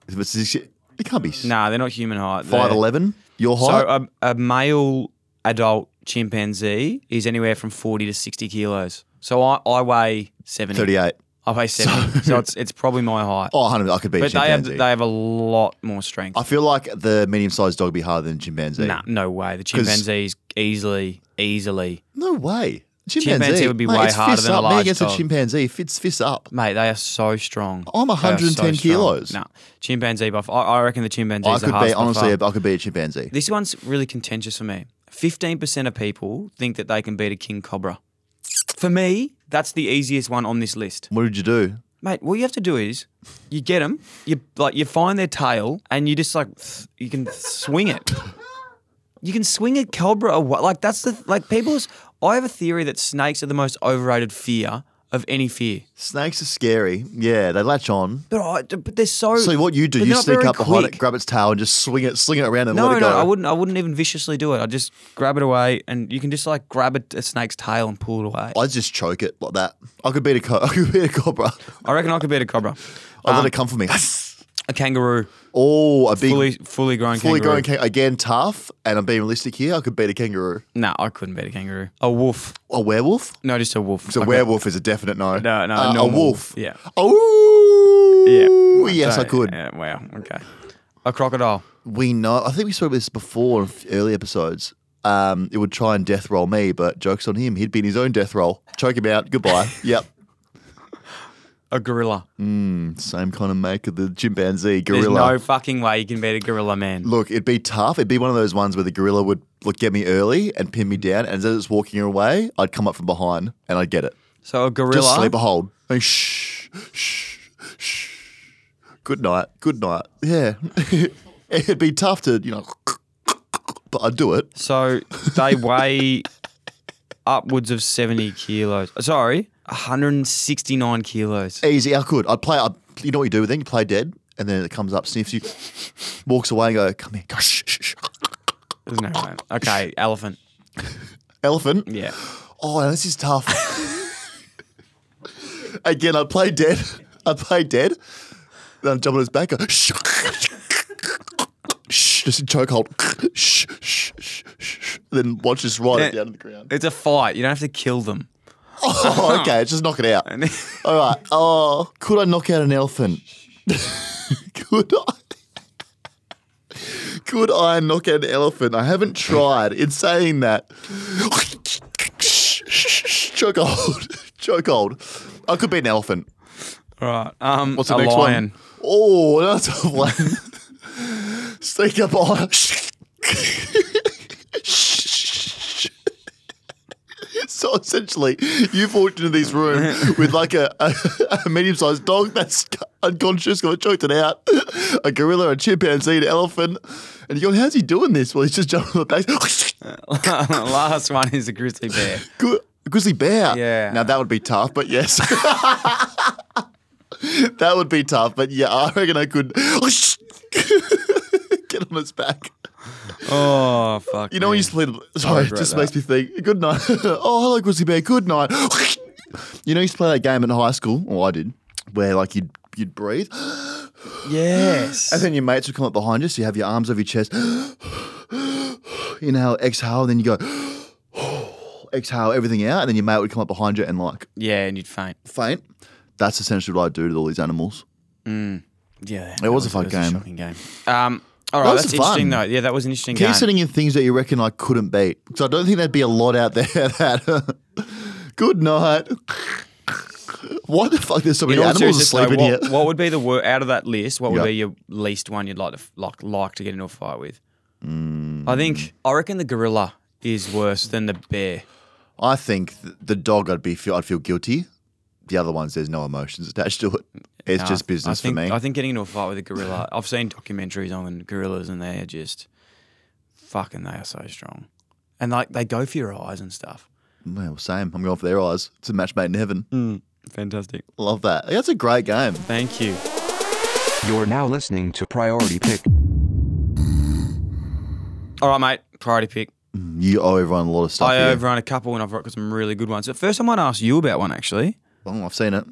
S1: If it's six- it can't be
S2: Nah, they're not human height.
S1: five
S2: They're-
S1: eleven. Your
S2: So uh,
S1: height?
S2: a, a male adult chimpanzee is anywhere from 40 to 60 kilos. So I, I weigh 70.
S1: Thirty-eight.
S2: I weigh 70. So, it's it's probably my height.
S1: Oh, 100. I could beat a
S2: but they have
S1: chimpanzee.
S2: they have a lot more strength.
S1: I feel like the medium-sized dog would be harder than chimpanzee.
S2: nah, no way. The
S1: 'Cause-
S2: chimpanzee's easily easily.
S1: No way.
S2: Chimpanzee would be
S1: mate,
S2: way
S1: it's
S2: harder
S1: fists
S2: than a
S1: up. Me
S2: large
S1: against
S2: dog.
S1: a chimpanzee, fists fists up.
S2: Mate, they are so strong.
S1: I'm
S2: They are
S1: 110
S2: strong.
S1: kilos.
S2: Nah, chimpanzee buff. I, I reckon the chimpanzees
S1: I
S2: are
S1: could
S2: hardest
S1: be
S2: by
S1: honestly,
S2: far.
S1: I could be a chimpanzee.
S2: This one's really contentious for me. 15% of people think that they can beat a king cobra. For me, that's the easiest one on this list.
S1: What did you do?
S2: Mate, what you have to do is you get them, you like you find their tail and you just like th- you can swing it. You can swing a cobra away. Like that's the like people's I have a theory that snakes are the most overrated fear of any fear.
S1: Snakes are scary. Yeah, they latch on.
S2: But I, but they're so
S1: So what you do?
S2: they're
S1: You
S2: not
S1: sneak
S2: very
S1: up behind it,
S2: quick.
S1: grab its tail, and just swing it, sling it around, and
S2: No,
S1: let
S2: no,
S1: it go.
S2: I wouldn't. I wouldn't even viciously do it. I'd just grab it away, and you can just like grab a, a snake's tail and pull it away. I,
S1: I'd just choke it like that. I could beat a, co- I could beat a cobra.
S2: reckon I could beat a cobra,
S1: I
S2: Um,
S1: let it come for me.
S2: a kangaroo,
S1: Oh, a big,
S2: fully
S1: fully,
S2: fully grown kangaroo.
S1: grown kangaroo. Again, tough. And I'm being realistic here. I could beat a kangaroo.
S2: nah, I couldn't beat a kangaroo. A wolf?
S1: A werewolf?
S2: No, just a wolf.
S1: So
S2: Like
S1: werewolf is a definite no.
S2: No, no,
S1: Uh, a
S2: normal
S1: wolf.
S2: wolf, yeah.
S1: Oh.
S2: A, yeah.
S1: Yes, I
S2: don't-
S1: could.
S2: Yeah, wow. Okay. A crocodile.
S1: We know. I think we spoke about this before in early episodes. Um, it would try and death roll me, but jokes on him. He'd be in his own death roll. Choke him out. Goodbye. yep.
S2: A gorilla.
S1: Same kind of make of the chimpanzee
S2: There's
S1: gorilla.
S2: no fucking way you can beat a gorilla, man.
S1: Look, it'd be tough. It'd be one of those ones where the gorilla would look get me early and pin me down, and as it's walking away, I'd come up from behind and I'd get it.
S2: So a gorilla.
S1: Just sleep a hold. Like, shh, shh, shh. Good night. Good night. Yeah. it'd be tough to, you know, but I'd do it.
S2: So they weigh upwards of 70 kilos. Sorry, 169 kilos.
S1: Easy. I could. I'd play. I'd, you know what you do then? You play dead, and then it comes up, sniffs you, walks away, and go, come here. Go, shh, shh, shh.
S2: There's no way. Okay, elephant.
S1: Elephant.
S2: Yeah.
S1: Oh, now this is tough. Again, I play dead. I play dead. Then I'm jumping on his back. Go, shh, shh, just a chokehold. Shh, shh, shh, shh. Then watch this right
S2: Yeah.
S1: down to the ground.
S2: It's a fight. You don't have to kill them.
S1: Oh, okay. Just knock it out. All right. Oh, could I knock out an elephant? could I? Could I knock out an elephant? I haven't tried. In saying that, choke hold, choke hold. I could be an elephant.
S2: All right. Um,
S1: What's the
S2: a
S1: next
S2: lion.
S1: one? Oh, that's a one. Sneak up on. So essentially, you've walked into this room with like a, a, a medium-sized dog that's unconscious, got choked it out, a gorilla, a chimpanzee, an elephant, and you're going, "How's he doing this?" Well, he's just jumping on the back.
S2: Last one is a grizzly bear.
S1: Gri- grizzly bear.
S2: Yeah.
S1: Now that would be tough, but yes. that would be tough, but yeah, I reckon I could Oh, get on its back.
S2: Oh, fuck.
S1: You know, when
S2: man.
S1: you sleep. Sorry, it
S2: regret
S1: just
S2: that.
S1: makes me think. Good night. oh, hello, Grizzly Bear. Good night. you know, you used to play that game in high school, or I did, where like you'd you'd breathe,
S2: Yes.
S1: and then your mates would come up behind you. So you have your arms over your chest, inhale, exhale, then you go, exhale everything out, and then your mate would come up behind you and like
S2: yeah, and you'd faint.
S1: faint. That's essentially what I do to all these animals.
S2: Yeah.
S1: It was a
S2: fun
S1: fun game.
S2: shocking game. Um, All
S1: That
S2: right,
S1: was
S2: that's
S1: fun.
S2: interesting though. Yeah, that was an interesting
S1: Keep
S2: game.
S1: sending in things that you reckon I couldn't beat. Because I don't think there'd be a lot out there that. Good night. Why the fuck? There's so many
S2: In all
S1: animals
S2: seriousness, though,
S1: asleep in here.
S2: what, what would be the wor- out of that list? What would
S1: Yeah.
S2: be your least one you'd like to f- like like to get into a fight with?
S1: Hmm.
S2: I think I reckon the gorilla is worse than the bear.
S1: I think th- the dog. I'd be. Feel, I'd feel guilty. The other ones, there's no emotions attached to it. It's
S2: Nah,
S1: just business
S2: I think,
S1: for me.
S2: I think getting into a fight with a gorilla. I've seen documentaries on gorillas, and they are just fucking. They are so strong, and like they go for your eyes and stuff.
S1: well, same. I'm going for their eyes. It's a match made in heaven.
S2: Mm. Fantastic.
S1: Love that. That's a great game.
S2: Thank you.
S5: You're now listening to Priority Pick.
S2: All right, mate. Priority pick.
S1: You owe everyone a lot of stuff.
S2: I
S1: here.
S2: overrun a couple, and I've got some really good ones. But first, I might ask you about one. Actually,
S1: Oh, I've seen it.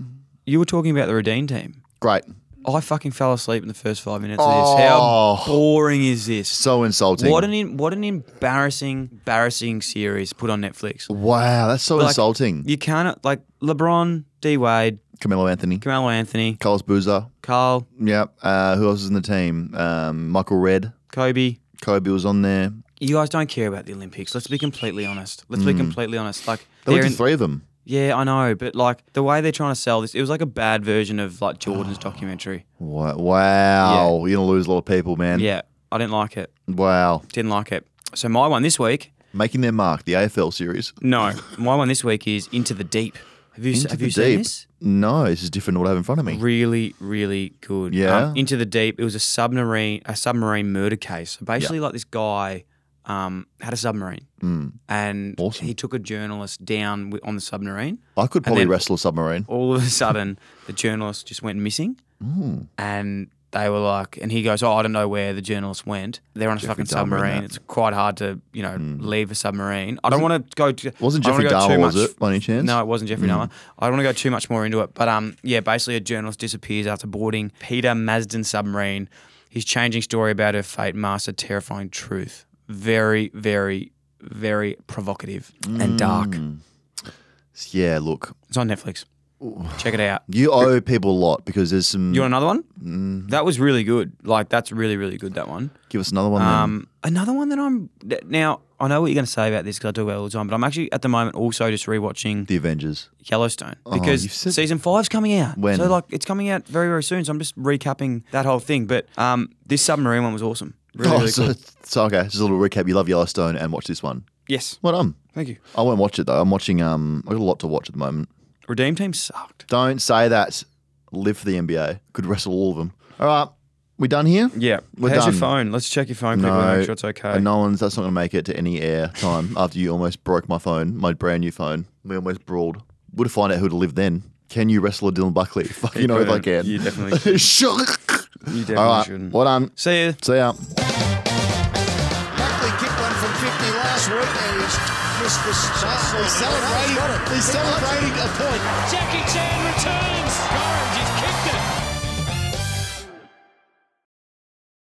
S2: you were talking about the Redeem team.
S1: Great.
S2: I fucking fell asleep in the first five minutes of this. How
S1: Oh.
S2: boring is this?
S1: So insulting.
S2: What an in, what an embarrassing, embarrassing series put on Netflix.
S1: wow, that's so
S2: Like,
S1: insulting.
S2: You can't like LeBron, D Wade,
S1: Camilo Anthony,
S2: Carmelo Anthony,
S1: Carlos Boozer.
S2: Carl,
S1: Yeah. Uh, who else is in the team? Um, Michael Red.
S2: Kobe.
S1: Kobe was on there.
S2: You guys don't care about the Olympics. Let's be completely honest. Let's be completely honest. Like
S1: Mm. There
S2: they're
S1: were
S2: in,
S1: three of them.
S2: yeah, I know, but like the way they're trying to sell this, it was like a bad version of like Jordan's documentary.
S1: Wow. wow. You're going to lose a lot of people, man.
S2: Yeah, I didn't like it.
S1: Wow.
S2: Didn't like it. So my one this week
S1: Making their mark, the AFL series.
S2: No, my one this week is Into the Deep. Have you
S1: Into
S2: have
S1: the
S2: you seen
S1: deep.
S2: this?
S1: No, this is different to what I have in front of me.
S2: Really, really good. Um,
S1: Yeah?
S2: Into the Deep. It was a submarine a submarine murder case. Basically, like this guy um, had a submarine, and
S1: Mm. Awesome.
S2: he took a journalist down wi- on the submarine.
S1: I could probably
S2: then-
S1: wrestle a submarine.
S2: All of a sudden, the journalist just went missing,
S1: Mm.
S2: and they were like, and he goes, "Oh, I don't know where the journalist went. They're on a fucking
S1: Darwin,
S2: submarine.
S1: that.
S2: It's quite hard to, you know, leave a submarine. I don't want to go. To,
S1: Mm. Wasn't
S2: I don't
S1: Jeffrey
S2: wanna go too
S1: Dahmer, was
S2: much-
S1: it, Mm. by any chance?
S2: No, it wasn't Jeffrey Dahmer. I don't want to go too much more into it, but um, yeah, basically a journalist disappears after boarding Peter Masden submarine. His changing story about her fate masks a terrifying truth. Very, very, very provocative and dark.
S1: Mm. Yeah, look.
S2: It's on Netflix. Check it out.
S1: You owe people a lot because there's some.
S2: You want another one?
S1: Mm-hmm.
S2: That was really good. Like that's really, really good. That one.
S1: give us another one then.
S2: Um, another one that I'm that- now. I know what you're going to say about this because I do it all the time, but I'm actually at the moment also just rewatching
S1: The Avengers.
S2: Yellowstone because
S1: you've said-
S2: season five's coming out.
S1: When?
S2: So like it's coming out very very soon. So I'm just recapping that whole thing. But um, this submarine one was awesome. Really,
S1: oh,
S2: really
S1: so,
S2: cool.
S1: so, okay. Just a little recap. You love Yellowstone and watch this one.
S2: Yes,
S1: Well done.
S2: thank you.
S1: I won't watch it though. I'm watching. Um, I got a lot to watch at the moment.
S2: Redeem Team sucked.
S1: Don't say that. Live for the NBA. Could wrestle all of them. All right, we done here.
S2: Yeah.
S1: We're
S2: How's
S1: done.
S2: your phone? Let's check your phone, people. and
S1: No,
S2: Make sure it's okay.
S1: and no one's. That's not going to make it to any air time. after you almost broke my phone, my brand new phone. We almost brawled. Would have find out who to live then. Can you wrestle a Dylan Buckley? Fuck, you know if I
S2: couldn't.
S1: can.
S2: You definitely couldn't.
S1: Sure.
S2: You definitely
S1: All right.
S2: shouldn't.
S1: Well done.
S2: See ya.
S1: See ya.
S3: Buckley kicked one from 50 last week and he's missed the shot. He's celebrating, he's celebrating a point.
S4: Jackie Chan returns.